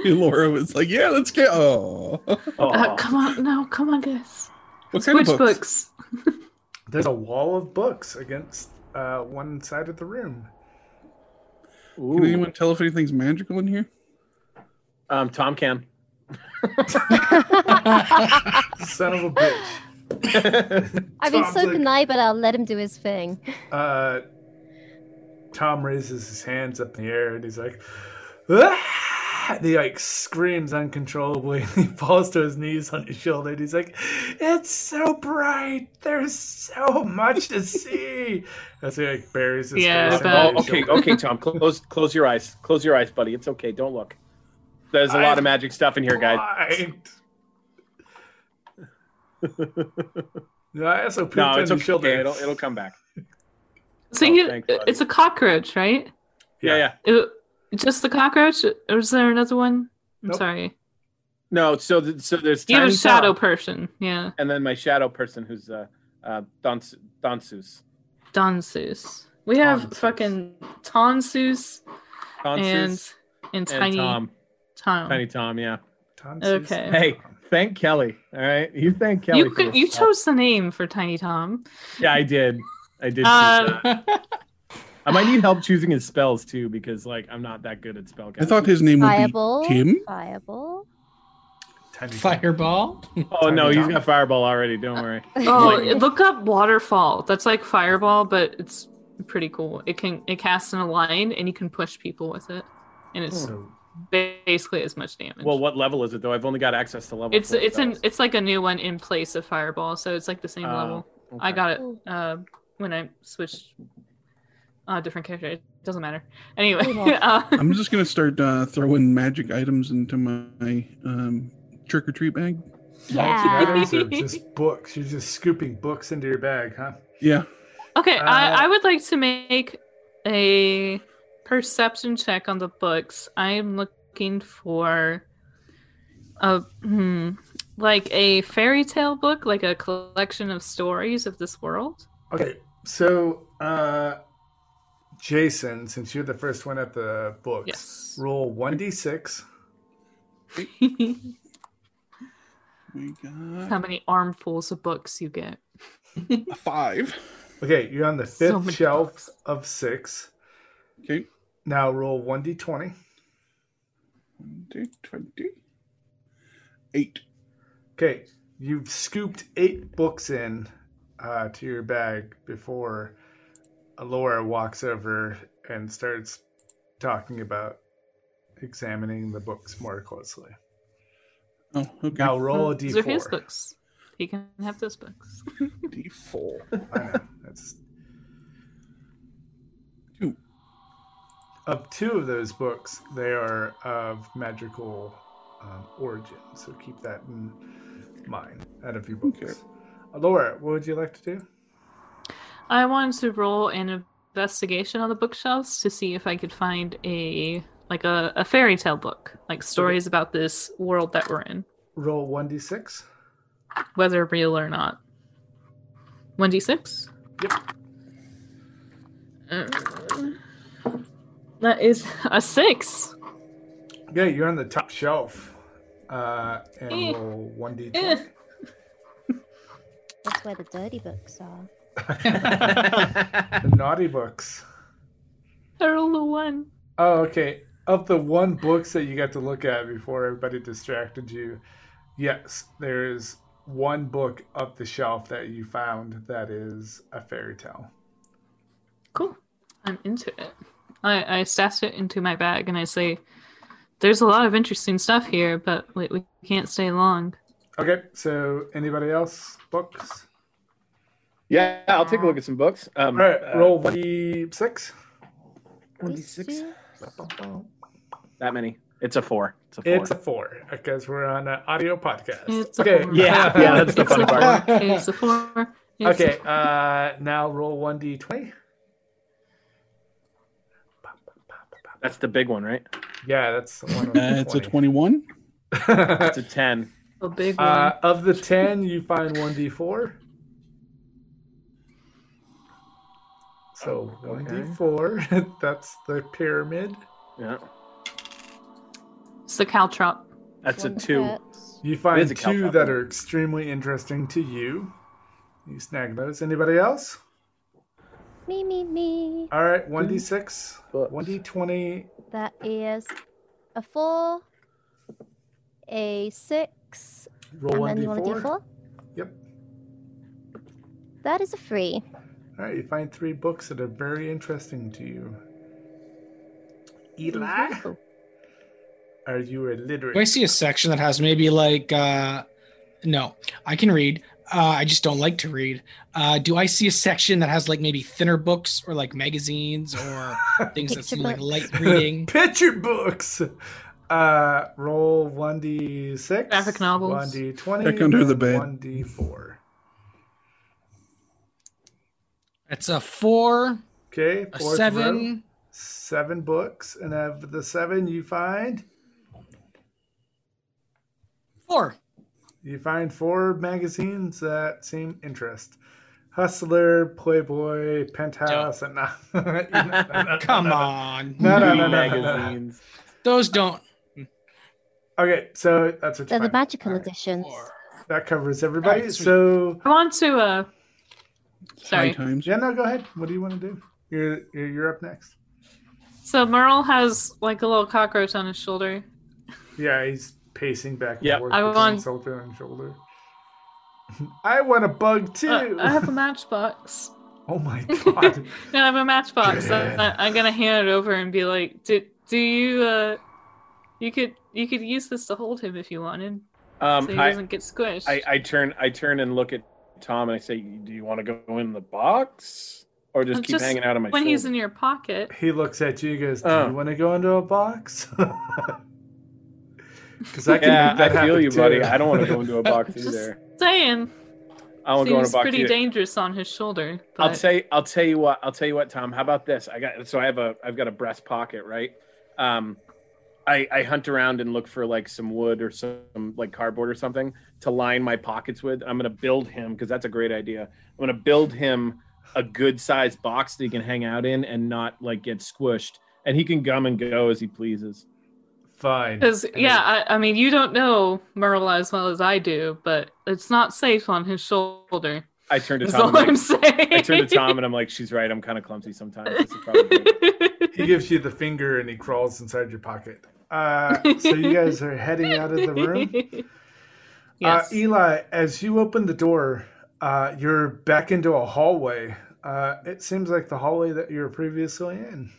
S5: And Laura was like, "Yeah, let's get." Oh,
S9: oh.
S3: Uh, come on, no, come on, guys.
S5: what kind
S3: Which
S5: of
S3: books?
S5: books?
S1: There's a wall of books against uh, one side of the room.
S5: Can
S9: Ooh.
S5: anyone tell if anything's magical in here?
S9: Um, Tom can.
S1: Son of a bitch.
S2: I've been
S1: Tom's
S2: so
S1: like-
S2: canai, but I'll let him do his thing.
S1: Uh, Tom raises his hands up in the air and he's like, "Ah!" and he like screams uncontrollably and he falls to his knees on his shoulder and he's like, "It's so bright. There's so much to see." As he like buries his
S3: Yeah, I
S1: face. into
S3: bet.
S1: his
S9: oh, okay,
S1: shoulder.
S9: okay, Tom. Close, close your eyes. Close your eyes, buddy. It's okay. Don't look. There's a lot of magic stuff in here, guys.
S1: Blind. no, I also pooped
S9: No,
S1: on
S9: it's
S1: your
S9: okay.
S1: shoulder.
S9: It'll, it'll come back.
S3: So
S9: Oh,
S3: you,
S9: thanks, buddy.
S3: it's a cockroach, right?
S9: Yeah,
S1: Yeah.
S9: yeah.
S3: It, just the cockroach, or is there another one? I'm
S1: Nope.
S3: sorry.
S9: No, so th- so there's
S3: You have
S9: tiny
S3: a shadow
S9: Tom,
S3: person, yeah.
S9: and then my shadow person who's uh, uh Dons- Donsus.
S3: Donsus. We have
S1: Tonsus.
S3: fucking Tonsus
S9: Donsus
S3: and and
S9: and
S3: tiny Tom.
S9: Tom. Tiny Tom, yeah.
S1: Tonsus.
S3: Okay.
S9: Hey, thank Kelly. All right, you thank Kelly.
S3: you
S9: for
S3: could,
S9: this
S3: you
S9: stuff.
S3: chose the name for Tiny Tom.
S9: Yeah, I did. I did. choose
S3: Um,
S9: that. I might need help choosing his spells too, because like I'm not that good at spell
S5: I
S9: casting.
S5: thought his name would
S2: Fireball.
S5: be Tim.
S2: Fireball.
S1: Tiny
S7: Fireball.
S9: Oh no,
S1: Tiny
S9: he's
S1: Tom.
S9: got fireball already. Don't worry.
S3: Oh, look up waterfall. That's like fireball, but it's pretty cool. It can it casts in a line, and you can push people with it, and it's
S1: So,
S3: basically as much damage.
S9: Hmm. Well, what level is it though? I've only got access to level.
S3: it's
S9: four
S3: it's an
S9: spells.
S3: it's like a new one in place of fireball, so it's like the same
S9: Uh,
S3: level.
S9: Okay.
S3: I got it
S2: Cool.
S3: uh, when I switched uh, different character. It doesn't matter. Anyway,
S2: Cool.
S3: uh,
S5: I'm just gonna start uh, throwing magic items into my um, trick or treat bag.
S2: Yeah.
S1: Those are just books. You're just scooping books into your bag, huh?
S5: Yeah,
S3: okay,
S1: Uh,
S3: I, I would like to make a perception check on the books. I am looking for a hmm, like a fairy tale book, like a collection of stories of this world.
S1: Okay, so uh, Jason, since you're the first one at the books,
S3: Yes.
S1: roll one d six.
S5: we got
S3: How many armfuls of books you get?
S5: a five.
S1: Okay, you're on the
S3: So
S1: fifth
S3: many
S1: shelf
S3: books.
S1: of six.
S5: Okay,
S1: Now roll one d twenty.
S5: one, two, twenty, eight.
S1: Okay, you've scooped eight books in uh, to your bag before Laura walks over and starts talking about examining the books more closely.
S5: Oh, okay.
S1: Now roll a
S3: These are his
S1: d4.
S3: books. He can have those books.
S5: D four.
S1: I know, that's-
S5: Two.
S1: Of two of those books, they are of magical um, origin, so keep that in mind out of your books.
S5: Okay.
S1: Laura, what would you like to do?
S3: I wanted to roll an investigation on the bookshelves to see if I could find a like a, a fairy tale book, like stories about this world that we're in,
S1: Roll 1d6.
S3: whether real or not. One d six. Uh,
S1: Yep.
S3: That is a six.
S1: Yeah, you're on the top shelf. Uh, and
S3: Eh.
S1: roll 1d20.
S3: Eh.
S2: That's where the dirty books are.
S1: The naughty books.
S3: I rolled a one.
S1: Oh, okay. Of the one books that you got to look at before everybody distracted you, yes, there is one book up the shelf that you found that is a fairy tale.
S3: Cool. I'm into it. I, I stashed it into my bag and I say, "There's a lot of interesting stuff here, but we, we can't stay long."
S1: Okay, so anybody else? Books?
S9: Yeah, I'll take a look at some books. Um,
S1: All right,
S9: uh,
S1: roll 1d6.
S2: These two-
S9: That many. It's a four. It's a four.
S1: It's a four because we're on an audio podcast.
S3: It's a
S1: okay.
S3: four.
S9: Yeah, yeah, that's the
S3: It's
S9: funny
S3: a
S9: part.
S3: four. It's a four. It's a
S1: Okay, uh, now roll 1d20.
S9: That's the big one, right?
S1: Yeah, that's the one.
S5: Uh, it's a 21.
S9: It's a ten.
S3: A big one.
S1: uh, of the 10, you find 1d4. So
S9: Okay.
S1: 1d4, that's the pyramid.
S9: Yeah,
S3: it's the caltrop.
S9: that's a
S2: one
S9: two.
S2: hurts.
S1: You
S9: is
S1: find two
S9: a caltrop.
S1: that are extremely interesting to you. You snag those. Anybody else?
S2: Me, me, me.
S1: All right, 1d6,
S9: Hmm. Books.
S1: 1d20.
S2: That is a four, a six,
S1: Roll
S2: and then you want to do
S1: 1d4.
S2: four?
S1: Yep.
S2: That is a three.
S1: All right, you find three books that are very interesting to you. Eli, are you illiterate?
S7: Do I see a section that has maybe like uh no, I can read. Uh, I just don't like to read. Uh, do I see a section that has like maybe thinner books or like magazines or things that
S2: Picture
S7: seem like
S2: books.
S7: light reading?
S1: Picture books. Uh, roll one d six.
S3: Graphic novels.
S1: One d twenty.
S5: Check under the bed.
S1: One d four.
S7: It's a four,
S1: Okay,
S7: a
S1: fourth row.
S7: seven,
S1: Seven books, and of the seven, you find
S7: four.
S1: you find four magazines that seem interest. Hustler, Playboy, Penthouse, and
S7: Come on,
S1: No, no,
S9: Three
S1: no, no, no, no.
S9: magazines.
S7: those don't.
S1: Okay, so that's what you
S2: They're the
S1: find.
S2: magical
S1: Alright.
S2: editions.
S7: Four.
S1: That covers everybody.
S7: Alright, sweet.
S1: so
S3: I want to. Uh,
S5: It's
S3: Sorry.
S5: High times.
S1: yeah, no, go ahead. What do you want to do? You're you're, you're up next.
S3: so Merle has like a little cockroach on his shoulder.
S1: Yeah, he's pacing back and
S9: Yep.
S1: forth
S3: I
S1: between
S3: want-
S1: shoulder and shoulder. I want a bug too.
S3: Uh, I have a matchbox.
S1: oh my god.
S3: No, I have a matchbox. I, I, am gonna hand it over and be like, "Do do you? Uh, you could you could use this to hold him if you wanted,
S9: Um,
S3: so he
S9: I,
S3: doesn't get squished."
S9: I, I turn, I turn and look at Tom, and I say, "Do you want to go in the box, or just
S3: I'm
S9: keep
S3: just-
S9: hanging out on my
S3: when
S9: shoulder?"
S3: he's in your pocket,
S1: he looks at you and goes, Do
S9: Oh.
S1: you want to go into a box? Because I can
S9: yeah,
S1: make that
S9: I feel
S1: happen
S9: you, buddy.
S1: too.
S9: I don't want to go into a box
S3: Just
S9: either.
S3: saying,
S9: I want to go in a
S3: seems
S9: box
S3: pretty
S9: either.
S3: dangerous on his shoulder. But
S9: I'll tell I'll tell you what I'll tell you what Tom. How about this? I got so I have a I've got a breast pocket right. Um, I I hunt around and look for like some wood or some like cardboard or something to line my pockets with. I'm gonna build him because that's a great idea. I'm gonna build him a good sized box that he can hang out in and not like get squished, and he can come and go as he pleases.
S1: Fine.
S3: Because
S1: And
S3: yeah, I, I mean, you don't know Merle as well as I do, but it's not safe on his shoulder.
S9: I turn to
S3: That's
S9: Tom.
S3: all I'm
S9: And
S3: saying.
S9: I turn to Tom and I'm like, she's right. I'm kind of clumsy sometimes. This is probably
S1: he gives you the finger and he crawls inside your pocket. Uh, so you guys are heading out of the room.
S3: Yes.
S1: Uh, Eli, as you open the door, uh, you're back into a hallway. Uh, it seems like the hallway that you were previously in.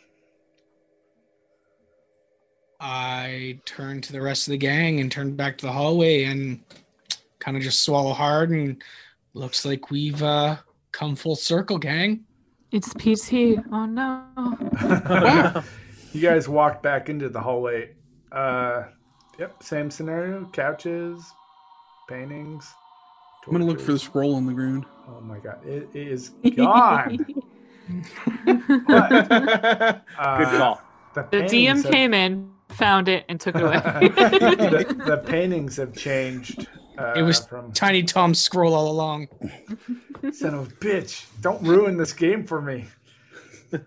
S7: I turn to the rest of the gang and turn back to the hallway and kind of just swallow hard and looks like we've uh, come full circle, gang.
S3: it's PT. Oh no.
S1: you guys walk back into the hallway. Uh, yep, same scenario: couches, paintings.
S5: I'm going to look for the scroll on the ground.
S1: Oh my god, it is gone. But,
S9: good
S1: uh,
S9: call.
S1: The,
S3: The
S1: paintings
S3: DM
S1: have-
S3: came in, found it, and took it away.
S1: the, the paintings have changed. Uh,
S7: It was
S1: from
S7: Tiny Tom scroll all along.
S1: son of a bitch. Don't ruin this game for me. I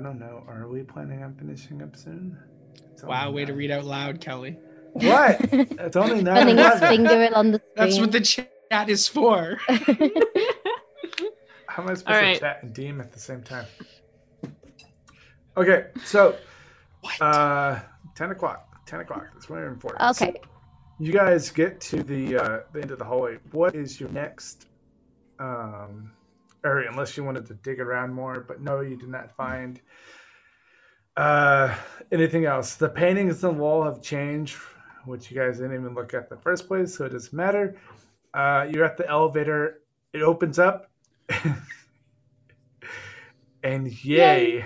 S1: don't know. Are we planning on finishing up soon? It's
S7: Wow,
S1: only
S7: way to
S1: nine-
S7: read out loud, Kelly.
S1: What? It's only nine.
S2: Running his
S1: eleven.
S2: finger along the screen.
S7: That's what the chat is for.
S1: How am I supposed
S3: All
S1: to
S3: right.
S1: chat and DM at the same time? Okay, so uh, ten o'clock. Ten o'clock. That's what we're in for.
S2: okay.
S1: you guys get to the uh, the end of the hallway. What is your next um, or unless you wanted to dig around more, but no, you did not find uh, anything else. The paintings on the wall have changed, which you guys didn't even look at in the first place, so it doesn't matter. Uh, you're at the elevator, it opens up, and Yay,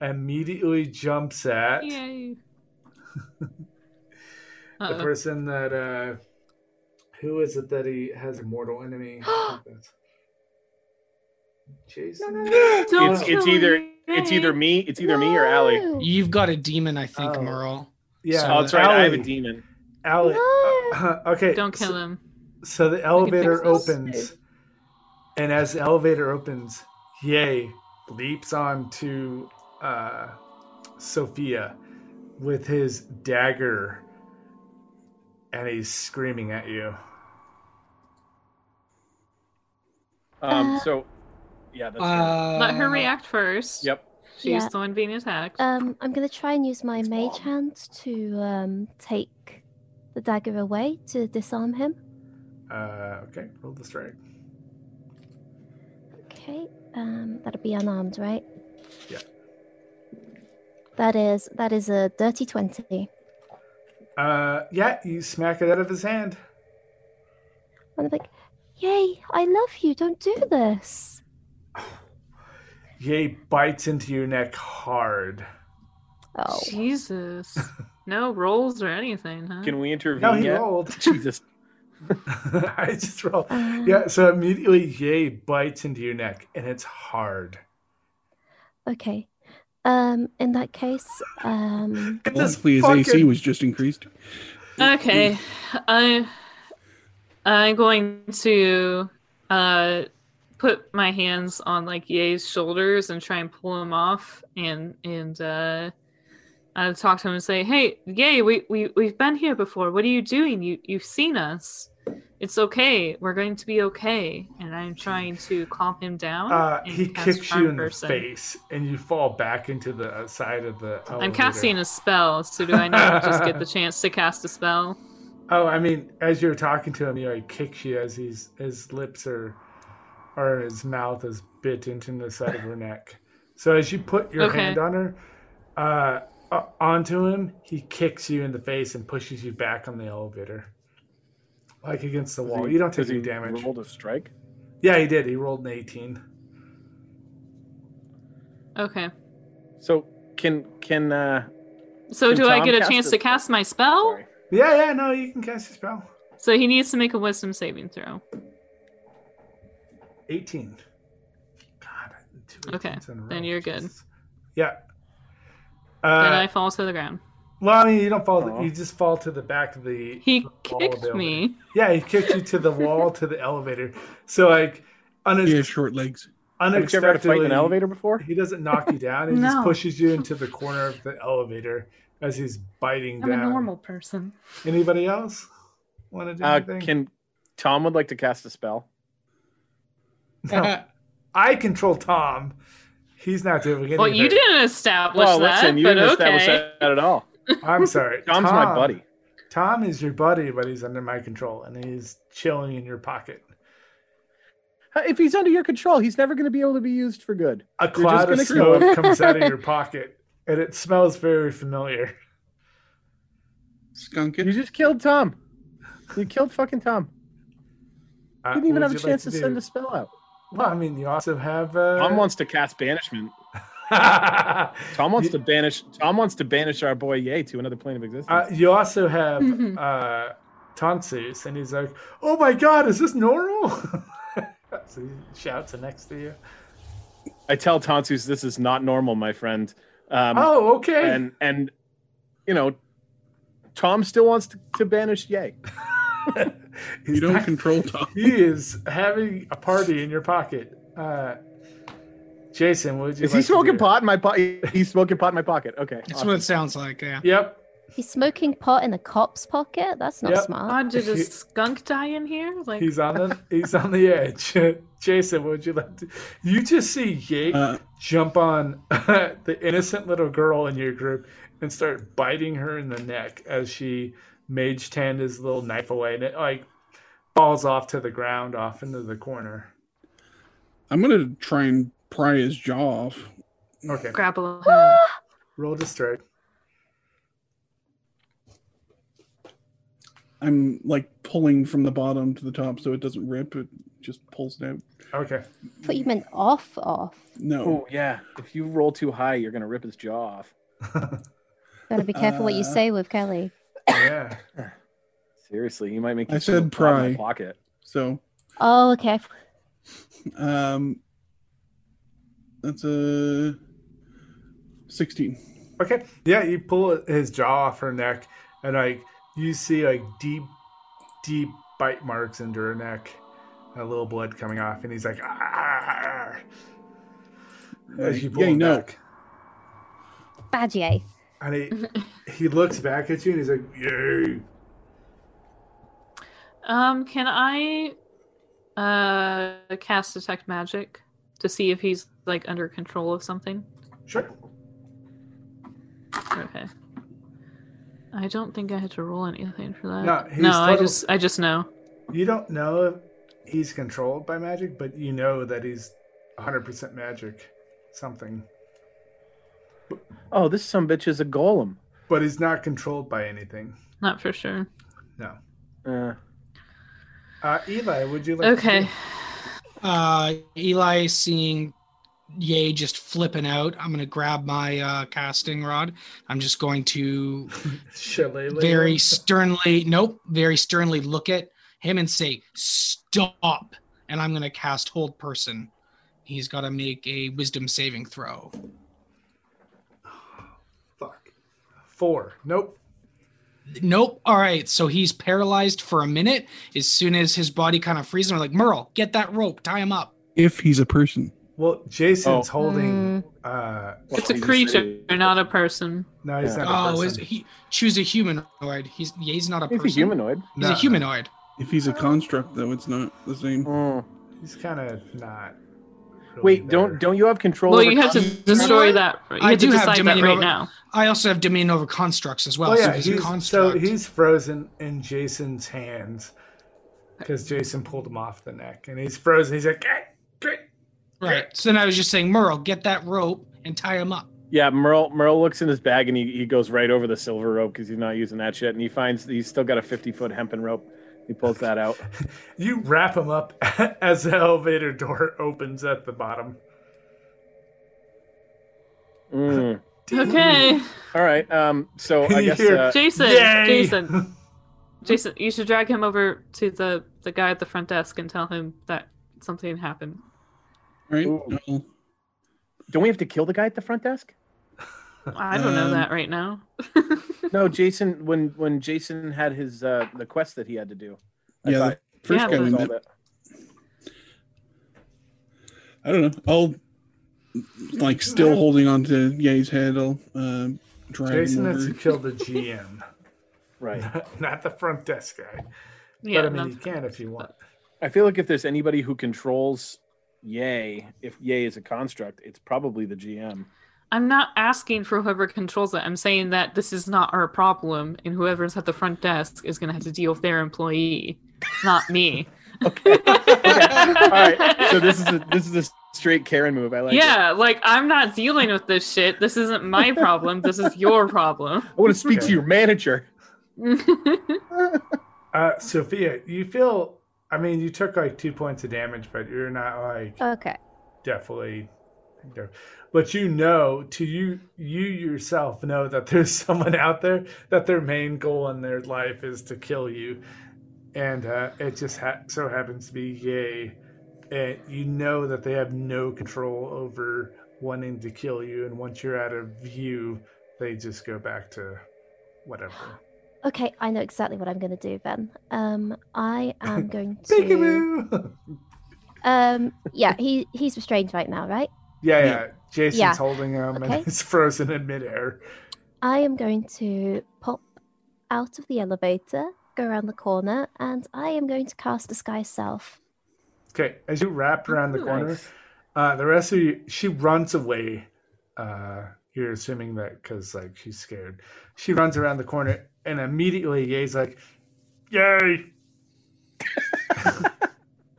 S1: immediately jumps at
S3: Yay.
S1: the person that uh who is it that he has a mortal enemy I think that's- jason
S3: Don't
S9: it's it's
S3: kill
S9: either
S3: me.
S9: it's either me it's either me or Allie.
S2: No.
S7: You've got a demon, I think,
S1: Oh.
S7: Merle.
S1: yeah
S7: So
S9: Oh, that's right. I have a
S1: Allie.
S9: demon.
S1: Allie.
S2: No.
S1: Uh, okay
S3: Don't kill
S1: so,
S3: him.
S1: so the elevator
S3: fix
S2: this.
S1: opens and as the elevator opens yay leaps on to uh sophia with his dagger and he's screaming at you
S9: Um, so yeah, that's right.
S7: Uh,
S3: Let her react first.
S9: Yep.
S3: She's
S2: Yeah.
S3: the one being attacked.
S2: Um, I'm gonna try and use my mage hand to um, take the dagger away to disarm him.
S1: uh okay roll the strike
S2: Okay, um, that'll be unarmed, right?
S1: Yeah.
S2: That is that is a dirty twenty.
S1: Uh, yeah, you smack it out of his hand.
S2: And I'm like, "Yay! I love you. Don't do this."
S1: Yay bites into your neck hard.
S2: Oh,
S3: Jesus. No rolls or anything, huh?
S9: Can we intervene
S1: No, he
S9: yet?
S1: rolled.
S9: Jesus.
S1: I just rolled.
S2: um,
S1: Yeah, so immediately Yay bites into your neck, and it's hard.
S2: Okay. Um, in that case, um,
S1: Get this
S5: Luckily, his AC
S1: fucking-
S5: was just increased.
S3: Okay. I I'm going to uh put my hands on like Ye's shoulders and try and pull him off and and uh I talk to him and say, "Hey, Yay, we we we've been here before. What are you doing? You you've seen us. It's okay. We're going to be okay." And I'm trying to calm him down.
S1: Uh,
S3: and
S1: he
S3: cast
S1: kicks
S3: Charm
S1: you in
S3: Person.
S1: the face, and you fall back into the uh, side of the. Elevator.
S3: I'm casting a spell, so do I not just get the chance to cast a spell?
S1: Oh, I mean, as you're talking to him, he like kicks you as he's his lips are, or his mouth is bit into the side of her neck. So as you put your
S3: Okay.
S1: hand on her, uh, o- onto him, he kicks you in the face and pushes you back on the elevator, like against the wall.
S9: Does he-
S1: you don't take
S9: does
S1: any
S9: he
S1: damage.
S9: Rolled a strike.
S1: Yeah, he did. He rolled an eighteen.
S3: Okay.
S9: So can can uh
S3: So
S9: Can
S3: do I
S9: Tom
S3: get a
S9: cast
S3: chance
S9: a
S3: to
S9: spell?
S3: cast my spell?
S9: sorry.
S1: Yeah, yeah. No, you can cast a spell.
S3: So he needs to make a wisdom saving throw.
S1: Eighteen. God, two
S3: Okay,
S1: 18s in a
S3: then
S1: row.
S3: you're good.
S1: Jesus. Yeah.
S3: and
S1: Uh,
S3: I fall to the ground.
S1: Well, I mean, you don't fall.
S9: Aw.
S1: You just fall to the back of the.
S3: He
S1: the wall of the
S3: kicked me.
S1: elevator. Yeah, he kicked you to the wall to the elevator. So like, un-
S5: He has short legs.
S9: Have you ever had a fight in
S1: unexpectedly,
S9: an elevator before?
S1: he doesn't knock you down. He just
S3: No.
S1: pushes you into the corner of the elevator as he's biting down.
S3: person.
S1: Anybody else want to do
S9: Uh,
S1: anything?
S9: can Tom would like to cast a spell?
S1: No. I control Tom. He's not doing anything.
S3: Well, you didn't establish
S9: well,
S3: that,
S9: listen, you
S3: but
S9: didn't
S3: okay.
S9: establish that at all.
S1: I'm sorry.
S9: Tom's my
S1: Tom-
S9: buddy.
S1: Tom is your buddy, but he's under my control and he's chilling in your pocket.
S9: Uh, If he's under your control, he's never going to be able to be used for good.
S1: A
S9: just
S1: cloud of
S9: gonna kill
S1: smoke comes out of your pocket, and it smells very familiar.
S5: Skunk
S9: You
S5: it.
S9: just killed Tom. You killed fucking Tom.
S1: Uh,
S9: You didn't
S1: what
S9: even have a
S1: would you
S9: chance
S1: like
S9: to
S1: do?
S9: send a spell out.
S1: Well, I mean, you also have. Uh...
S9: Tom wants to cast banishment. Tom wants
S1: you,
S9: to banish. Tom wants to banish our boy Yay to another plane of existence.
S1: Uh, you also have
S3: Mhm.
S9: Mm-hmm.
S1: uh, Tonsus, and he's like, "Oh my God, is this normal?" so he shouts the next to you.
S9: I tell Tonsus this is not normal, my friend. Um,
S1: oh, okay.
S9: and and you know, Tom still wants to, to banish Yay.
S1: He's
S5: You don't
S1: not-
S5: control Tom.
S1: he is having a party in your pocket. Uh, Jason, would you?
S9: Is
S1: like
S9: he
S1: to
S9: smoking
S1: do?
S9: pot in my pocket? He's smoking pot in my pocket. Okay.
S7: It's
S9: awesome.
S7: what it sounds like, yeah.
S1: Yep.
S2: he's smoking pot in a cop's pocket. That's not
S1: Yep.
S2: smart.
S3: God, did a skunk die in here? Like,
S1: He's on the he's on the edge. Jason, would you like to? You just see Yate
S5: Uh,
S1: jump on the innocent little girl in your group and start biting her in the neck as she mage tanned his little knife away, and it like falls off to the ground, off into the corner.
S5: I'm gonna try and pry his jaw off.
S1: Okay.
S3: Grapple him.
S1: Roll to strike.
S5: I'm like pulling from the bottom to the top so it doesn't rip. It just pulls it out.
S1: Okay.
S2: Thought you meant off, off.
S5: No.
S9: Oh yeah, if you roll too high, you're gonna rip his jaw off.
S2: Gotta be careful what you
S5: Uh,
S2: say with Kelly.
S1: Yeah.
S9: Seriously, he might make.
S5: I
S9: you
S5: said
S9: pull it out of
S5: pry.
S9: my Pocket.
S5: So
S2: Oh, okay.
S5: um that's a sixteen.
S1: Okay. Yeah, you pull his jaw off her neck, and like you see like deep, deep bite marks into her neck, a little blood coming off, and he's like, ah. As you pull
S5: Yay,
S1: him
S5: no.
S1: back,
S2: Badger.
S1: and he he looks back at you, and he's like, yay.
S3: Um, can I uh cast detect magic to see if he's like under control of something?
S1: Sure.
S3: Okay. I don't think I had to roll anything for that.
S1: No, he's
S3: I
S1: total-
S3: just I just know.
S1: You don't know if he's controlled by magic, but you know that he's 100% magic, something.
S9: Oh, this some bitch is a golem.
S1: But he's not controlled by anything.
S3: Not for sure.
S9: Uh,
S1: Uh, Eli, would you like? to
S3: Okay.
S1: do-
S7: Uh, Eli seeing Yay just flipping out, I'm gonna grab my uh, casting rod. I'm just going to
S1: Shillelagh.
S7: very sternly, nope, very sternly look at him and say, "Stop!" And I'm gonna cast Hold Person. He's got to make a Wisdom saving throw.
S1: Fuck. Four. Nope.
S7: Nope. All right. So he's paralyzed for a minute. As soon as his body kind of freezes, we're like, Merle, get that rope, tie him up.
S5: If he's a person.
S1: Well, Jason's holding. Uh,
S3: It's a creature, not a person.
S1: no, he's
S9: Yeah.
S1: not. A
S7: Oh, is
S1: person.
S7: he choose a humanoid? He's yeah, he's not a
S9: he's
S7: person.
S9: a humanoid.
S7: He's
S1: No,
S7: a
S1: no.
S7: humanoid.
S5: If he's a construct though, it's not the same.
S9: Mm.
S1: He's kind of not. really
S9: Wait,
S1: there.
S9: don't don't you have control?
S3: Well,
S9: over
S3: you have to
S9: con-
S3: destroy that. You
S7: I
S3: have to
S7: do have
S3: decide that
S7: dominion
S3: right
S7: over-
S3: now.
S7: I also have dominion over constructs as well.
S1: Oh, yeah,
S7: so he's, a
S1: he's, so
S7: construct.
S1: he's frozen in Jason's hands because Jason pulled him off the neck, and he's frozen. He's like, "Ah, great."
S7: right. So then I was just saying, Merle, get that rope and tie him up.
S9: Yeah, Merle Merle looks in his bag and he, he goes right over the silver rope because he's not using that shit, and he finds that he's still got a fifty foot hempen rope. He pulls that out.
S1: You wrap him up as the elevator door opens at the bottom.
S9: Mm.
S3: Okay.
S9: All right. Um. So I
S1: You
S9: guess.
S1: hear-
S9: Uh,
S3: Jason,
S1: Yay!
S3: Jason, Jason, you should drag him over to the the guy at the front desk and tell him that something happened.
S5: Right?
S9: Ooh.
S5: No.
S9: don't we have to kill the guy at the front desk?
S3: I don't know
S5: Um,
S3: that right now.
S9: No, Jason. When when Jason had his uh the quest that he had to do. I
S5: Yeah,
S9: thought
S5: the first
S3: Yeah,
S9: that
S5: guy
S9: was
S5: we
S9: all
S5: met.
S9: that-
S5: I don't know. I'll like still holding on to Ye's head. I'll uh, drive
S1: Jason
S5: him
S1: has to
S5: over.
S1: kill the GM,
S9: Right.
S1: not the front desk guy.
S3: Yeah,
S1: but I mean,
S3: no.
S1: you can if you want.
S9: I feel like if there's anybody who controls Yay, if Yay is a construct, it's probably the GM.
S3: I'm not asking for whoever controls it. I'm saying that this is not our problem, and whoever's at the front desk is going to have to deal with their employee, not me.
S9: Okay. All right. So this is a, this is a straight Karen move. I like. it.
S3: yeah, like I'm not dealing with this shit. This isn't my problem. This is your problem.
S9: I want to speak to
S1: Okay.
S9: your manager.
S1: Uh, Sophia, you feel. I mean, you took like two points of damage, but you're not like
S2: Okay.
S1: definitely. But you know, to you, you yourself know that there's someone out there that their main goal in their life is to kill you, and uh, it just ha- so happens to be Yay. And you know that they have no control over wanting to kill you, and once you're out of view, they just go back to whatever.
S2: Okay, I know exactly what I'm gonna do then. Um, I am going to.
S1: Peekaboo!
S2: Um, yeah, he he's restrained right now, right?
S1: Yeah,
S5: Yeah.
S1: yeah. Jason's
S2: Yeah.
S1: holding him
S2: Okay.
S1: and he's frozen in midair.
S2: I am going to pop out of the elevator, go around the corner, and I am going to cast disguise self.
S1: Okay, as you wrap around the corner,
S9: Nice.
S1: uh, the rest of you, she runs away. Uh, you're assuming that because like she's scared. She runs around the corner and immediately Ye's like, "Yay!"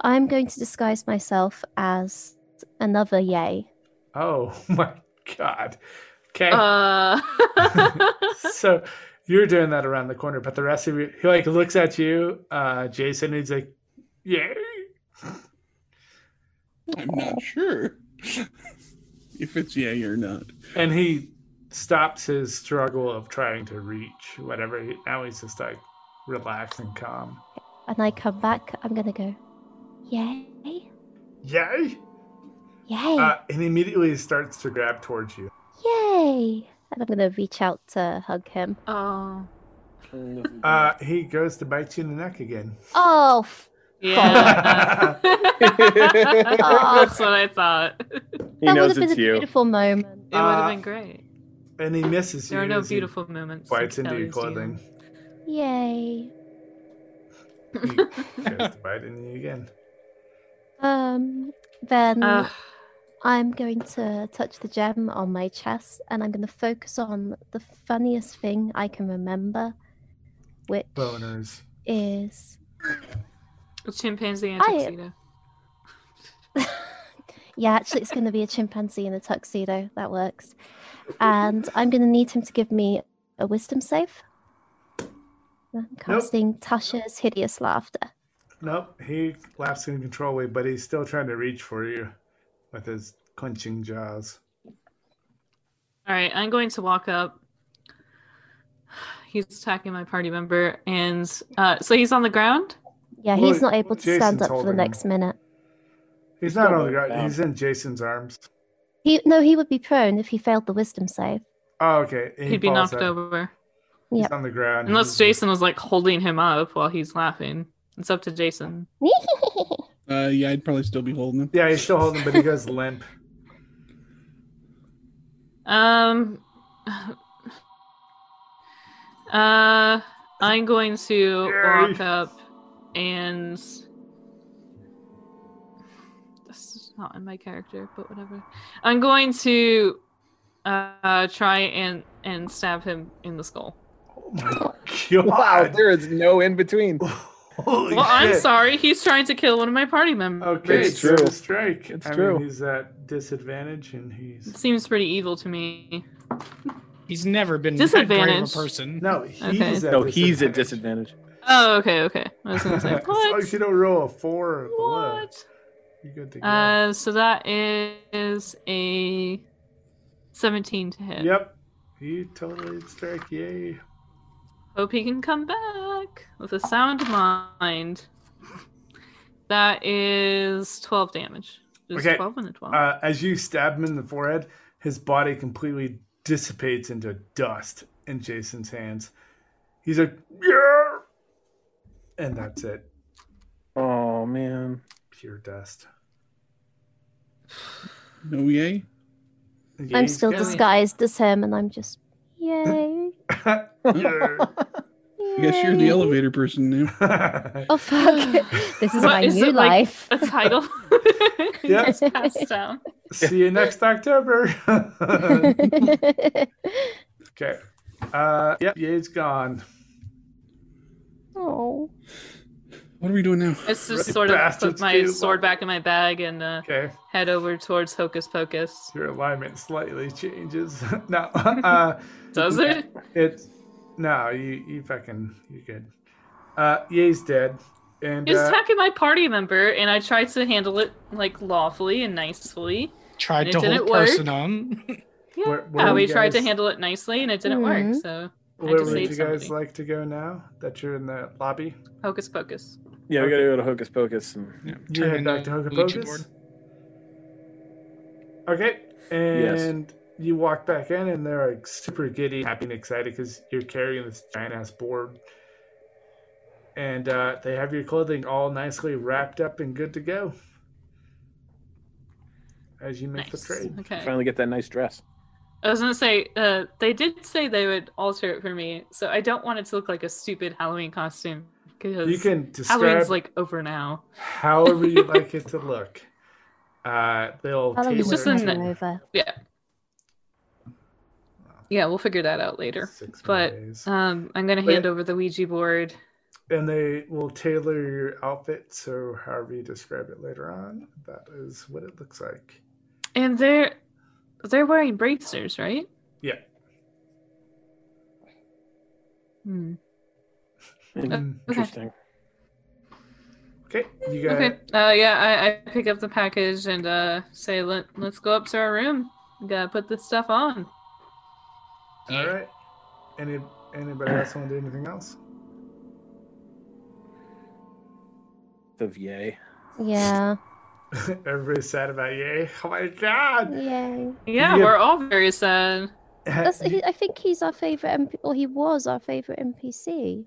S2: I'm going to disguise myself as Another yay.
S1: Oh my god. Okay.
S3: Uh,
S1: so you're doing that around the corner, but the rest of you, he like looks at you, uh, Jason, and he's like, "Yeah."
S5: I'm not sure if it's yay or not.
S1: And he stops his struggle of trying to reach whatever. He, now he's just like relaxed and calm.
S2: And I come back, I'm gonna go, yay,
S1: Yay!
S2: yay,
S1: Uh, and immediately he starts to grab towards you.
S2: yay. And I'm gonna reach out to hug him.
S3: oh,
S1: Uh, he goes to bite you in the neck again.
S2: Oh, f-
S3: yeah. Oh, That's what I thought. It
S9: He
S2: that would
S9: knows
S2: have been
S9: it's
S2: a
S9: you.
S2: beautiful moment.
S3: would have
S1: Uh,
S3: been great.
S1: And he misses you.
S3: There are no
S1: as he
S3: beautiful moments. like
S1: Bites into your
S3: Kelly's do.
S1: clothing.
S2: Yay.
S1: He goes to bite into you again.
S2: Um, then
S3: Uh,
S2: I'm going to touch the gem on my chest and I'm going to focus on the funniest thing I can remember, which
S1: Boners.
S2: is.
S3: a chimpanzee in a
S2: I-
S3: tuxedo.
S2: yeah, actually, it's going to be a chimpanzee in a tuxedo. That works. And I'm going to need him to give me a wisdom save. I'm casting Tasha's hideous laughter.
S1: Nope, he laughs in control way, but he's still trying to reach for you with his clenching jaws.
S3: All right, I'm going to walk up. He's attacking my party member, and uh, so he's on the ground.
S2: Yeah,
S1: Well,
S2: he's not able to stand
S1: Jason's
S2: up for the
S1: holding him.
S2: next minute.
S1: He's
S9: He's
S1: not
S9: still
S1: on the ground,
S9: down.
S1: he's in Jason's arms.
S2: He no, he would be prone if he failed the wisdom save.
S1: Oh, okay. and he
S3: He'd be
S1: falls
S3: knocked
S1: out.
S3: over
S1: He's
S2: Yep.
S1: on the ground.
S3: unless
S1: He's-
S3: Jason was like holding him up while he's laughing. It's up to Jason.
S5: Uh, yeah, I'd probably still be holding him.
S1: Yeah, he's still holding, but he goes limp.
S3: Um, uh, I'm going to
S1: Yay.
S3: walk up and this is not in my character, but whatever. I'm going to uh try and and stab him in the skull.
S1: Oh my god.
S4: Wow, there is no in between.
S1: Holy
S3: well, I'm
S1: shit.
S3: sorry. He's trying to kill one of my party members.
S1: Okay,
S4: It's
S1: so
S4: true.
S1: Strike.
S4: It's
S1: I
S4: true.
S1: Mean, he's at disadvantage, and he's
S3: Seems pretty evil to me.
S7: He's never been that great of a
S3: Disadvantage.
S7: person.
S1: no, he's
S3: Okay.
S1: at
S9: No, he's at disadvantage.
S3: Oh, okay, okay. I was gonna say
S1: as long as you
S3: what?
S1: don't roll a four or below,
S3: What?
S1: you're good to go.
S3: Uh, so that is a 17 to hit.
S1: yep, he totally strike. Yay!
S3: Hope he can come back with a sound mind. That is 12 damage. Just
S1: Okay,
S3: 12 and a 12.
S1: Uh, as you stab him in the forehead, his body completely dissipates into dust in Jason's hands. He's like, yeah, and that's it.
S9: Oh man.
S1: Pure dust.
S5: No yay?
S2: I'm still
S1: Yeah.
S2: disguised as him, and I'm just yay.
S5: I guess you're
S2: yay.
S5: the elevator person now.
S1: Yeah.
S2: Oh fuck! this is
S3: What
S2: my
S3: is
S2: new
S3: it like-
S2: life.
S3: a title.
S1: Yeah.
S3: It's passed down.
S1: See you next October. okay. Uh, yep, Ye's gone.
S2: oh,
S5: What are we doing now?
S3: It's just
S1: Right,
S3: sort of put
S1: bastards
S3: my
S1: do.
S3: sword back in my bag and uh,
S1: Okay.
S3: head over towards Hocus Pocus.
S1: Your alignment slightly changes. no, uh,
S3: Does it?
S1: it's no, you you fucking you good. Uh, Ye's dead, and
S3: He's
S1: uh,
S3: attacking my party member, and I tried to handle it like lawfully and nicely.
S7: Tried
S3: It
S7: to
S3: didn't
S7: hold
S3: work.
S7: person on.
S3: Yeah,
S1: Where- where
S3: we
S1: you
S3: tried to
S1: guys-
S3: handle it nicely, and it didn't work.
S2: Mhm.
S3: So
S1: where
S3: to
S1: would you
S3: save
S1: guys
S3: somebody.
S1: like to go now that you're in the lobby?
S3: Hocus Pocus.
S9: Yeah, we gotta go to Hocus Pocus. And...
S1: You
S7: Turn
S1: head back to
S7: into
S1: Hocus
S7: Ouija
S1: Pocus. Okay, and you walk back in, and they're like super giddy, happy, and excited because you're carrying this giant ass board. And uh, they have your clothing all nicely wrapped up and good to go as you make the
S3: Nice.
S1: trade.
S3: Okay.
S9: Finally get that nice dress.
S3: I was gonna say uh, they did say they would alter it for me, so I don't want it to look like a stupid Halloween costume
S1: You
S3: because
S1: can describe
S3: Halloween's like over now.
S1: however you like it to look. Uh, they'll
S2: Halloween
S3: It's
S1: tailor
S3: just
S2: was
S1: it
S3: an-
S1: to
S2: never over.
S3: Yeah, we'll figure that out later.
S1: six
S3: but,
S1: ways.
S3: Um, I'm gonna
S1: But-
S3: hand over the Ouija board.
S1: and they will tailor your outfit so however you describe it later on that is what it looks like
S3: And they're they're wearing bracers, right?
S1: Yeah.
S3: Hmm.
S9: Interesting.
S1: Mm. Okay, you got
S3: Okay. Uh, yeah, I, I pick up the package and uh, say, Let, let's go up to our room. We gotta put this stuff on.
S1: All right. Any anybody else want to do anything else?
S9: Of yay.
S2: Yeah.
S1: Everybody's sad about yay. Oh my god.
S2: Yay.
S1: Yeah.
S3: Yeah, we're all very sad.
S2: That's, he, I think he's our favorite MP, or he was our favorite NPC.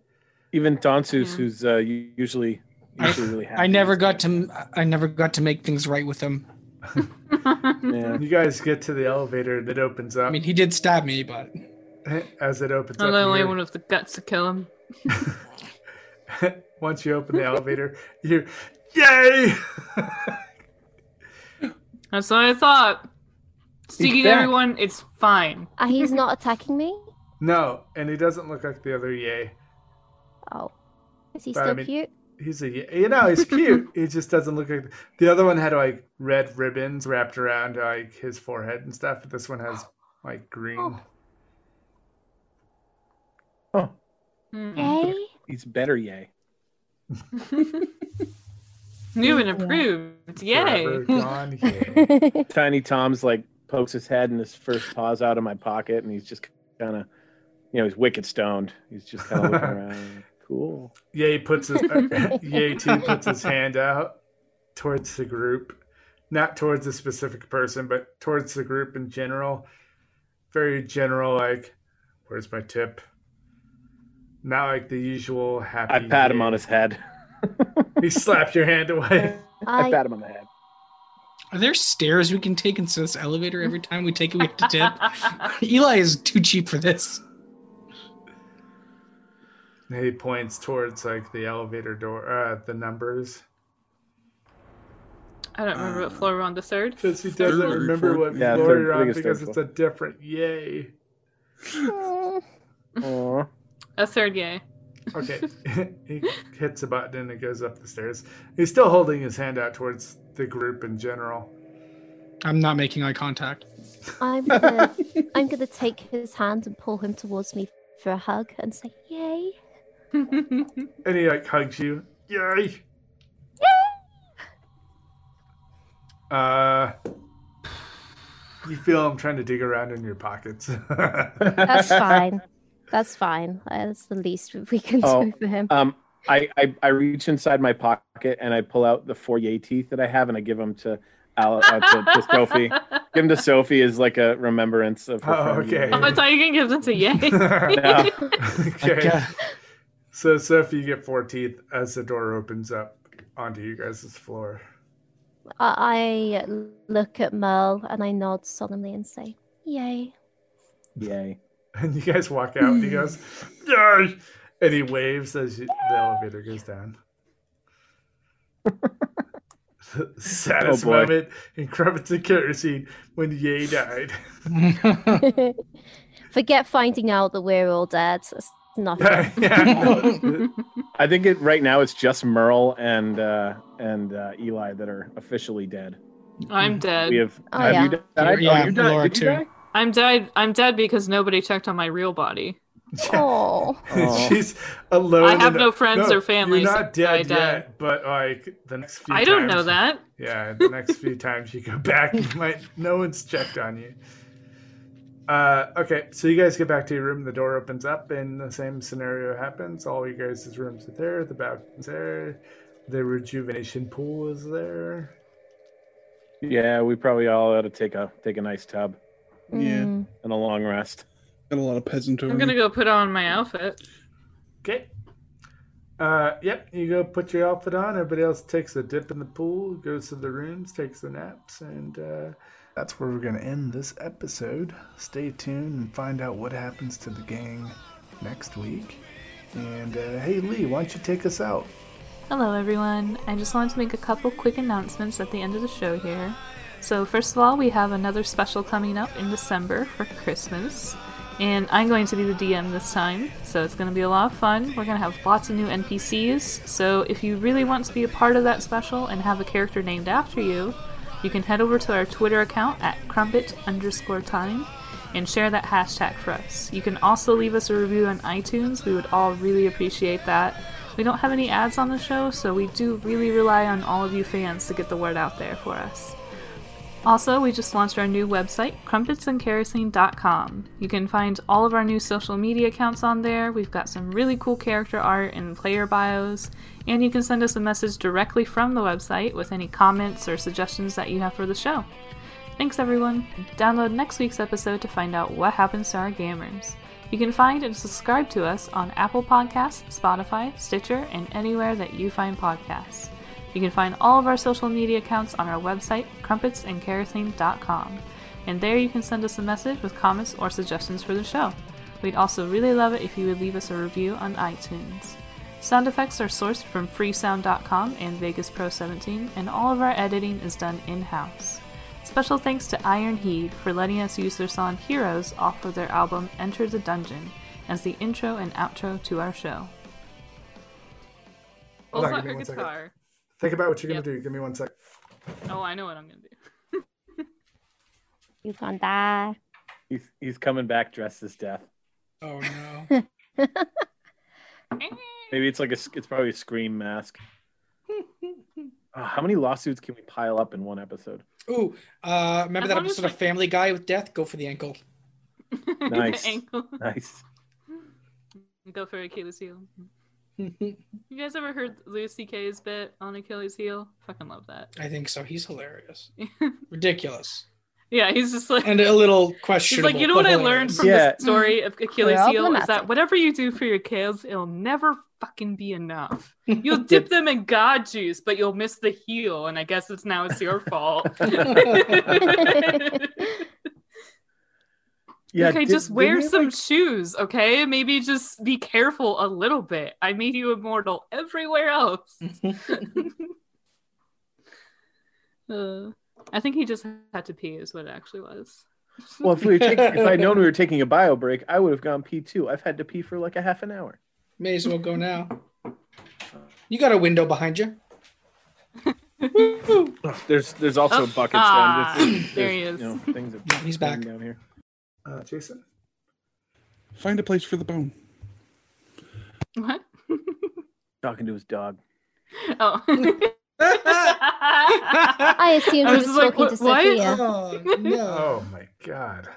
S9: Even Donsus,
S3: Yeah.
S9: who's uh, u- usually
S7: I-
S9: usually really happy.
S7: I never
S9: is
S7: got
S9: dead.
S7: to I never got to make things right with him.
S9: Yeah.
S1: You guys get to the elevator and it opens up.
S7: I mean, he did stab me, but
S1: As it opens
S3: I'm the
S1: up,
S3: only
S1: you're-
S3: one with the guts to kill him.
S1: once you open the elevator, you yay!
S3: That's what I thought. Sneaking
S9: back.
S3: everyone, it's fine.
S2: And Uh, he's not attacking me?
S1: no, and he doesn't look like the other yay.
S2: Oh. Is he
S1: But I
S2: still
S1: mean-
S2: cute?
S1: He's a yay. you know he's cute. he just doesn't look like the other one had like red ribbons wrapped around like his forehead and stuff. But this one has like green.
S2: Oh.
S3: Mm.
S2: Hey?
S9: He's better yay.
S3: New and approved.
S1: forever
S3: Yay.
S1: gone yay.
S2: He's
S9: Tiny Tom's like pokes his head and his first paws out of my pocket, and he's just kind of, you know, he's wicked stoned. He's just kind of looking around. Cool.
S1: Yay puts his uh, Yay too puts his hand out towards the group, not towards a specific person, but towards the group in general. Very general, like, "Where's my tip?" Not like the usual happy.
S9: I pat him
S1: Yay.
S9: on his head.
S1: He slapped your hand away.
S9: I
S2: I,
S9: pat him on the head.
S7: are there stairs we can take into this elevator every time we take it? We have to tip. Eli is too cheap for this.
S1: he points towards like the elevator door, uh, the numbers,
S3: I don't remember what floor we're on the third.
S1: because he doesn't
S5: Third or
S1: remember
S5: fourth.
S1: what
S9: Yeah,
S1: floor
S9: third-
S1: you're
S9: I
S1: on
S9: think it's
S1: because
S9: third
S1: it's a different yay.
S2: Mm,
S9: Aw.
S3: A third yay.
S1: Okay. he hits a button and it goes up the stairs. He's still holding his hand out towards the group in general.
S7: I'm not making eye contact.
S2: I'm gonna I'm gonna take his hand and pull him towards me for a hug and say, Yay.
S1: And he like hugs you. Yay! Uh you feel him trying to dig around in your pockets.
S2: That's fine. That's fine. That's the least we can
S9: Oh.
S2: do for him.
S9: Um, I, I I reach inside my pocket and I pull out the four yay teeth that I have, and I give them to Al, uh, to, to Sophie. Give them to Sophie as like a remembrance of her.
S1: Oh,
S9: friend.
S1: okay.
S3: Oh, I thought you can give them to yay.
S9: No.
S1: okay.
S7: Like, uh,
S1: So Sophie, you get four teeth as the door opens up onto you guys' floor.
S2: I, I look at Merle and I nod solemnly and say, Yay.
S9: Yay.
S1: And you guys walk out and he goes, Yay! And he waves as you, the elevator goes down. Saddest
S9: Oh, boy.
S1: moment in Kravitz and Kerosene when Ye died.
S7: Oh,
S2: Forget finding out that we're all dead. It's nothing.
S9: Oh. I think it right now it's just Merle and uh, and uh, Eli that are officially dead.
S3: I'm
S9: We
S3: dead.
S9: have
S2: Oh,
S9: have
S2: yeah.
S9: you died?
S7: Yeah,
S9: oh, you died.
S7: Laura
S9: Did you
S7: too.
S9: die?
S3: I'm dead. I'm dead because nobody checked on my real body.
S2: Oh,
S9: Aw.
S1: She's alone.
S3: I have
S1: in a-
S3: no friends
S1: No,
S3: or family.
S1: You're
S3: so
S1: not dead
S3: I died.
S1: yet, but like the next few
S3: I don't know
S1: times-
S3: that.
S1: Yeah, the next few times you go back, you might no one's checked on you. Uh, okay, so you guys get back to your room. The door opens up, and the same scenario happens. All you guys' rooms are there. The balcony's there. The rejuvenation pool is there.
S9: Yeah, we probably all ought to take a take a nice tub
S5: Yeah.
S2: Mm.
S9: and a long rest.
S5: Got a lot of peasant over
S3: I'm gonna
S5: me.
S3: go put on my outfit.
S1: Okay. Uh, yep, you go put your outfit on. Everybody else takes a dip in the pool, goes to the rooms, takes the naps, and uh, that's where we're going to end this episode. Stay tuned and find out what happens to the gang next week. And uh, hey, Lee, why don't you take us out?
S3: Hello, everyone. I just wanted to make a couple quick announcements at the end of the show here. So, first of all, we have another special coming up in December for Christmas. And I'm going to be the DM this time, so it's going to be a lot of fun. We're going to have lots of new NPCs. So, if you really want to be a part of that special and have a character named after you, you can head over to our Twitter account at crumpet underscore time and share that hashtag for us. You can also leave us a review on iTunes. We would all really appreciate that. We don't have any ads on the show, so we do really rely on all of you fans to get the word out there for us. Also, we just launched our new website, crumpetsandkerosene.com. You can find all of our new social media accounts on there. We've got some really cool character art and player bios, and you can send us a message directly from the website with any comments or suggestions that you have for the show. Thanks, everyone. Download next week's episode to find out what happens to our gamers. You can find and subscribe to us on Apple Podcasts, Spotify, Stitcher, and anywhere that you find podcasts. You can find all of our social media accounts on our website, crumpetsandkerosene.com. And there you can send us a message with comments or suggestions for the show. We'd also really love it if you would leave us a review on iTunes. Sound effects are sourced from freesound.com and Vegas Pro 17, and all of our editing is done in house. Special thanks to Iron Heed for letting us use their song Heroes off of their album Enter the Dungeon as the intro and outro to our show.
S1: Hold
S3: Pulls
S1: on,
S3: out
S1: give me
S3: her
S1: one second.
S3: guitar.
S1: Think about what you're
S3: Yep.
S1: gonna do. Give me one sec.
S3: Oh, I know what I'm going to do.
S2: You can die.
S9: He's he's coming back dressed as death.
S7: Oh no.
S9: Maybe it's like a s- it's probably a scream mask. Uh, how many lawsuits can we pile up in one episode?
S7: Ooh, uh, remember
S3: As
S7: that
S3: long as,
S7: episode of
S3: like-
S7: Family Guy with death? Go for the ankle.
S3: The
S9: Nice.
S3: ankle.
S9: Nice.
S3: Go for Achilles heel. You guys ever heard Louis C.K.'s bit on Achilles heel? Fucking love that.
S7: I think so. He's hilarious. Ridiculous.
S3: yeah, he's just like
S7: And a little
S3: She's
S7: questionable.
S3: like, you know what
S7: but
S3: I learned
S7: hilarious.
S3: from
S9: Yeah. Mm-hmm.
S3: this story of Achilles
S2: Well,
S3: heel is that
S2: problematic.
S3: whatever you do for your kids, it'll never fucking be enough. You'll dip them in god juice, but you'll miss the heel, and I guess it's now it's your fault. okay,
S9: did-
S3: just
S9: didn't
S3: wear
S9: he,
S3: some
S9: like-
S3: shoes, okay? Maybe just be careful a little bit. I made you immortal everywhere else. Uh, I think he just had to pee, is what it actually was.
S9: well, if we were taking, if I'd known we were taking a bio break, I would have gone pee too. I've had to pee for like a half an hour.
S7: May as well go now. You got a window behind you.
S9: There's there's also
S3: Oh,
S9: buckets
S3: ah,
S9: down. There's-
S3: there
S9: there's,
S3: he is.
S9: You know, things
S7: Yeah,
S9: are
S7: he's back.
S9: down here.
S1: Uh, Jason.
S5: Find a place for the bone.
S3: What?
S9: Talking to his dog.
S3: Oh.
S2: I assumed
S3: I
S2: he
S3: was
S2: was
S3: like,
S2: talking to
S3: "What- what?"
S2: Sophia.
S7: Oh, no.
S1: Oh my god.